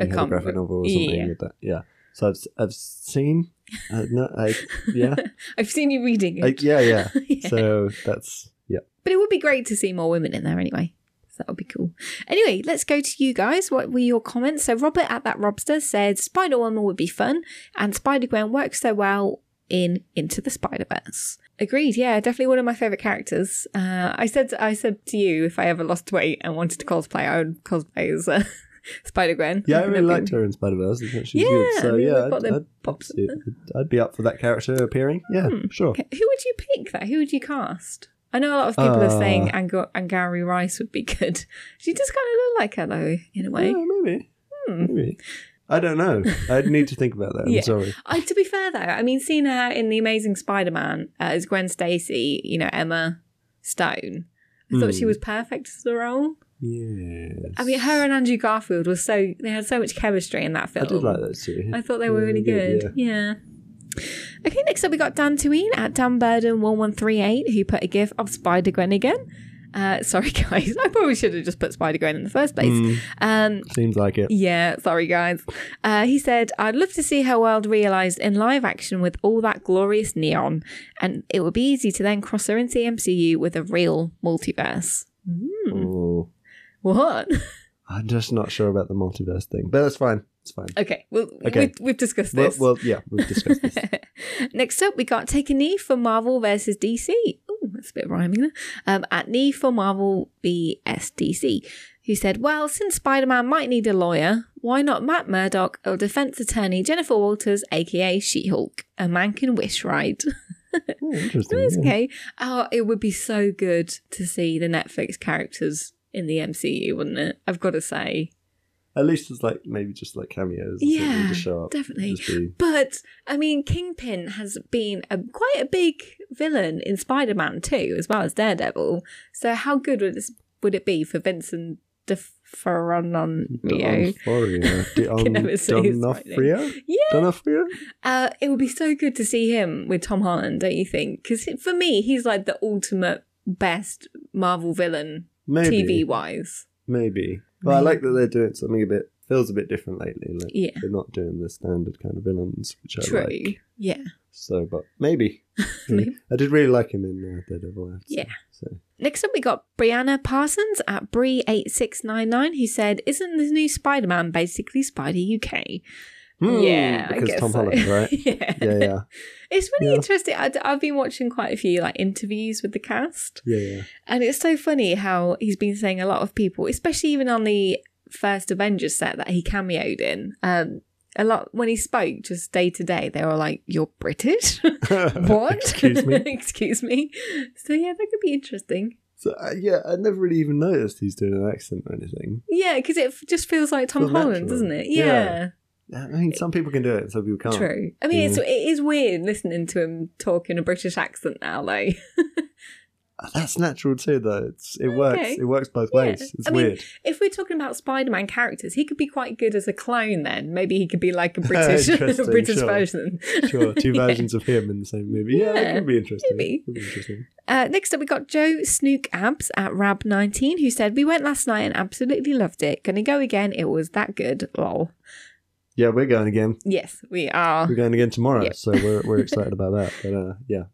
had a
comic
graphic
book.
novel or something
Yeah.
with that. Yeah. So I've I've seen. Uh, no,
[laughs]
I, yeah,
I've seen you reading it.
I, yeah, yeah.
[laughs] Yeah.
So that's yeah.
But it would be great to see more women in there anyway. So that would be cool. Anyway, let's go to you guys. What were your comments? So Robert at that Robster said Spider Woman would be fun, and Spider Gwen works so well in Into the Spider Verse. Agreed. Yeah, definitely one of my favorite characters. Uh, I said I said to you if I ever lost weight and wanted to cosplay, I would cosplay as uh, [laughs] Spider Gwen. [laughs]
Yeah, I really liked her in Spider Verse. She's good.
Yeah,
So
I mean,
yeah,
they've got
I'd,
their
I'd,
pops-
I'd, I'd be up for that character appearing. Yeah, sure.
Hmm, Okay, Who would you pick? That who would you cast? I know a lot of people are saying
Uh.
Ang- Angari Rice would be [laughs] good. She does kind of look like her though, in a way.
Yeah, Oh, maybe. Maybe. I don't know. I'd need to think about that. I'm
Hmm. [laughs] Yeah.
sorry.
I, to be fair, though, I mean, seeing her in The Amazing Spider Man uh, as Gwen Stacy, you know, Emma Stone, I thought
Mm.
she was perfect as the role.
Yes.
I mean, her and Andrew Garfield were so, they had so much chemistry in that
I
film.
did like those two.
I thought they were
Yeah,
really
they did,
good. Yeah. Okay, next up we got Dan Tween at Dan Burden1138, who put a gif of Spider Gwen again. Uh, [laughs] sorry, guys. I probably should have just put Spider Gwen in the first place.
Hmm.
Um,
Seems like it.
yeah, sorry, guys. Uh, he said, I'd love to see her world realised in live action with all that glorious neon, and it would be easy to then cross her into the MCU with a real multiverse. Hmm.
Ooh.
What? [laughs]
I'm just not sure about the multiverse thing, but that's fine. It's fine.
okay, well,
Okay.
We've, we've discussed
Well,
Oh, this.
well, yeah, we've
[laughs]
discussed this.
Next up, we got Take a Knee for Marvel versus DC. Ooh, that's a bit rhyming there. Um, at Knee for Marvel vs DC, who said, Well, since Spider Man might need a lawyer, why not Matt Murdock or defense attorney Jennifer Walters, aka She Hulk? A man can wish, right? [laughs]
Oh, interesting.
It's
yeah.
okay. Oh, it would be so good to see the Netflix characters in the MCU, wouldn't it? I've got to say.
At least it's like maybe just like cameos. and stuff, they
Yeah,
just show up. and
definitely.
just be-
But I mean, Kingpin has been a, quite a big villain in Spider-Man too, as well as Daredevil. So how good would it, would it be for Vincent D'Onofrio?
D'Onofrio.
[laughs] can never say his right name.
D'Onofrio?
Yeah,
D'Onofrio?
uh, it would be so good to see him with Tom Holland, don't you think? Because for me, he's like the ultimate best Marvel villain
Maybe.
TV wise.
Maybe. But I like that they're doing something a bit feels a bit different lately. Like
Yeah.
they're not doing the standard kind of villains, which I
True.
like.
Yeah.
So, but
[laughs]
maybe.
Maybe.
I did really like him in uh, Daredevil. I have to say.
Yeah.
So
Next up, we got Brianna Parsons at Brie8699, who said, Isn't the new Spider Man basically Spider UK? yeah, I
Hmm, because
guess
Tom
so.
Holland,
[laughs]
right?
yeah.
yeah, yeah,
It's really
Yeah.
interesting. I, have been watching quite a few like interviews with the cast,
yeah, yeah.
and it's so funny how he's been saying a lot of people, especially even on the first Avengers set that he cameoed in. Um, a lot when he spoke just day to day, they were like, "You're
[laughs]
British? [laughs] what?
Excuse me?
[laughs] Excuse me." So yeah, that could be interesting.
So uh, yeah, I never really even noticed he's doing an accent or anything.
Yeah, because it f- just feels like Tom
Feels
Holland,
natural.
doesn't it?
Yeah. Oh.
yeah.
I mean, some people can do it, some people can't.
True. I mean,
Mm.
it's, it is weird listening to him talk in a British accent now, though. [laughs]
That's natural too, though. It's it works.
Okay.
It works both
Yeah.
ways. It's
I mean,
weird.
if we're talking about Spider-Man characters, he could be quite good as a clone. Then maybe he could be
[laughs]
like a British, [laughs] a
Interesting,
British
sure.
version. [laughs]
sure, two
Yeah.
versions of him in the same movie. Yeah,
Yeah,
it could be interesting.
maybe.
Could be interesting.
Uh, next up, we got Joe Snook Abs at Rab19, who said, "We went last night and absolutely loved it. Gonna go again. It was that good. Lol.
Yeah, we're going again.
Yes, we are."
We're going again tomorrow,
Yep.
so we're we're excited about that. But uh, yeah,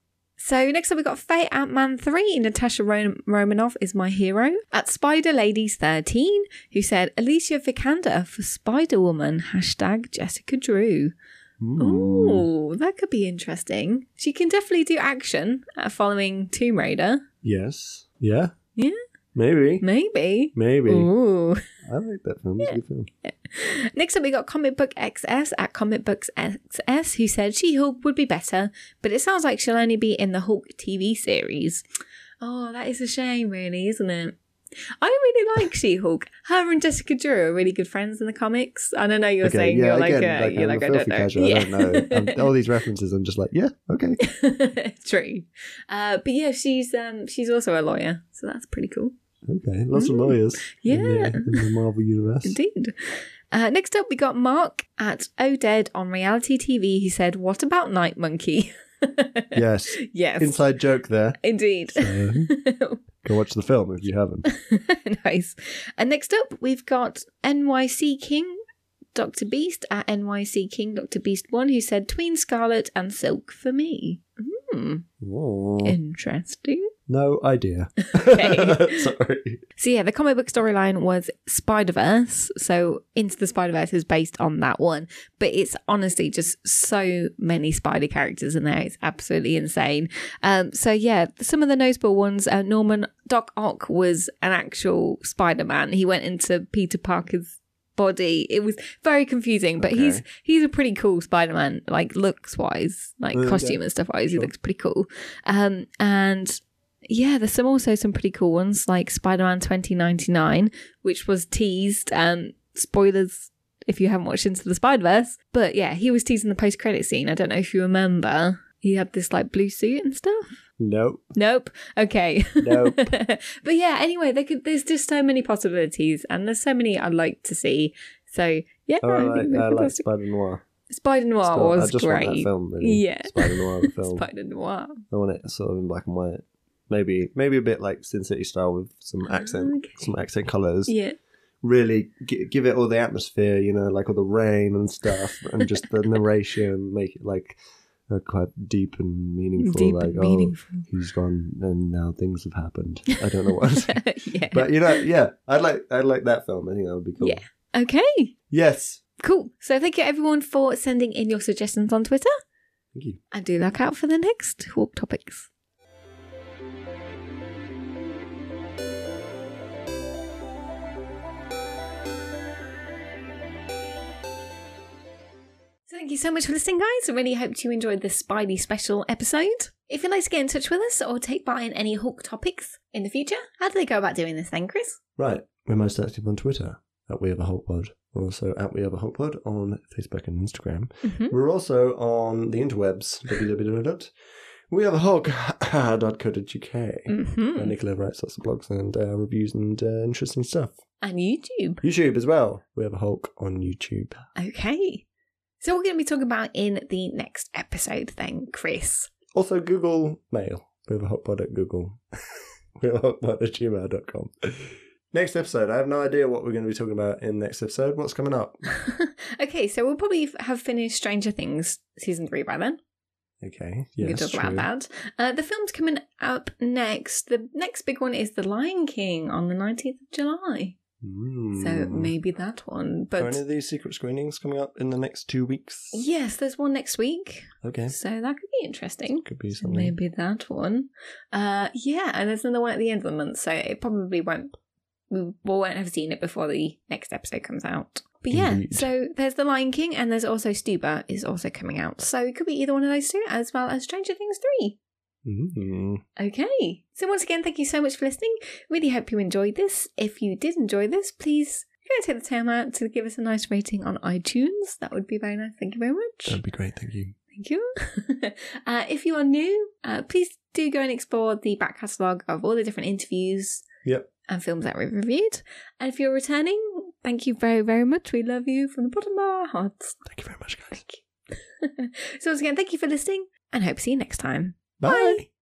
So next up, we got Fate Ant Man three. Natasha Rom- Romanoff is my hero at Spider Ladies thirteen, who said Alicia Vikander for Spider Woman hashtag Jessica Drew.
Hmm.
Ooh, that could be interesting. She can definitely do action uh, following Tomb Raider.
yes, yeah,
Yeah.
maybe,
Maybe.
maybe.
Ooh.
I like that film. It's a good film.
[laughs] Next up, we got Comic Book XS at Comic Books XS, who said She Hulk would be better, but it sounds like she'll only be in the Hulk TV series. Oh, that is a shame, really, isn't it? I really like She Hulk. Her and Jessica Drew are really good friends in the comics. And I know you're saying you're like, uh, you're
I'm
like,
a
I don't
filthy
know.
casual, I
Yeah.
don't know.
[laughs]
Um, I'm- all these references, I'm just like, yeah, okay.
True. Uh, but yeah, she's um, she's also a lawyer, so that's pretty cool.
Okay, lots of lawyers. in the-
Mm. Yeah.
in the Marvel universe.
Indeed. Uh, next up, we got Mark at Odead on reality TV. He said, "What about Night Monkey?" [laughs]
Yes,
yes,
inside joke
[laughs]
there.
indeed.
So, go watch the film if you haven't.
Eh. nice. And next up, we've got NYC King, Doctor Beast at NYC King, Doctor Beast One, who said, "Tween Scarlet and Silk for me." Hmm.
Oh.
Interesting.
No idea. [laughs]
Okay.
Sorry.
So yeah, the comic book storyline was Spider Verse. So Into the Spider Verse is based on that one, but it's honestly just so many Spider characters in there. It's absolutely insane. Um, so yeah, some of the notable ones. Uh, Norman Doc Ock was an actual Spider Man. He went into Peter Parker's body. It was very confusing, but he's he's a pretty cool Spider Man. Like looks wise, like
Okay.
costume and stuff wise, he
Sure.
looks pretty cool. Um, and yeah, there's some also some pretty cool ones like Spider Man 2099, which was teased. Um, spoilers if you haven't watched Into the Spider Verse, but yeah, he was teasing the post credit scene. I don't know if you remember. He had this like blue suit and stuff.
Nope.
Nope. Okay.
Nope.
[laughs] but yeah, anyway, there could, there's just so many possibilities, and there's so many I'd like to see. So yeah,
Oh, I
I
like,
think they're
I like
fantastic.
Spider Noir.
Spider Noir
Still,
was
I just
great.
want that film, really.
Yeah. [laughs]
Spider Noir, the film.
Spider Noir.
I want it sort of in black and white. Maybe maybe a bit like Sin City style with some accent,
Ah, Okay.
some accent colors.
Yeah.
Really gi- give it all the atmosphere, you know, like all the rain and stuff, and just
[laughs]
the narration, make it like uh, quite deep and meaningful.
Deep
like,
and
oh, [laughs]
meaningful.
he's gone, and now things have happened. I don't know
[laughs] [laughs]
what.
yeah.
But you know, yeah, I'd like I'd like that film. I think that would be cool.
Yeah. okay.
Yes.
Cool. So thank you everyone for sending in your suggestions on Twitter.
Thank you.
And do look out for the next Hawk Topics. So Thank you so much for listening, guys. I really hope you enjoyed this Spidey special episode. If you'd like to get in touch with us or take part in any Hawk topics in the future, how do they go about doing this then, Chris?
Right. We're most active on Twitter at We Have a Hulk Pod. We're also at We Have a Hulk Pod on Facebook and Instagram.
Mhm.
We're also on
[laughs]
the interwebs, www.wehaveahulk.co.uk, where
Mm-hmm.
Nicola writes lots of blogs and uh, reviews and uh, interesting stuff.
And YouTube.
YouTube as well. We Have a Hulk on YouTube.
Okay. So we're going to be talking about in the next episode then, Chris. [laughs]
Also, Google Mail. We Have a Hulk Pod at Google. [laughs] we Have a Hulk Pod at gmail.com. Next episode. I have no idea what we're going to be talking about in next episode. What's coming up?
okay, so we'll probably f- have finished Stranger Things season three by then.
Okay.
We can
Yes,
talk
true.
about that. Uh, the film's coming up next. The next big one is The Lion King on the 19th of July.
Mm.
So maybe that one.
Are
But
any of these secret screenings coming up in the next two weeks?
yes, there's one next week.
Okay.
So that could be interesting.
Could be
So
something.
Maybe that one. Uh, yeah, and there's another one at the end of the month, so it probably won't. We we won't have seen it before the next episode comes out. But yeah,
Indeed.
so there's The Lion King, and there's also Stuber is also coming out. So it could be either one of those two, as well as Stranger Things 3.
Mm.
Okay. So once again, thank you so much for listening. Really hope you enjoyed this. If you did enjoy this, please go and take the time out to give us a nice rating on iTunes. That would be very nice. Thank you very much.
That'd be great. Thank you.
Thank you. [laughs] uh, if you are new, uh, please do go and explore the back catalogue of all the different interviews
Yep.
and films that we've reviewed. And if you're returning, thank you very, very much. We love you from the bottom of our hearts.
Thank you very much, guys.
[laughs] Thank you. so, once again, thank you for listening and hope to see you next time.
Bye.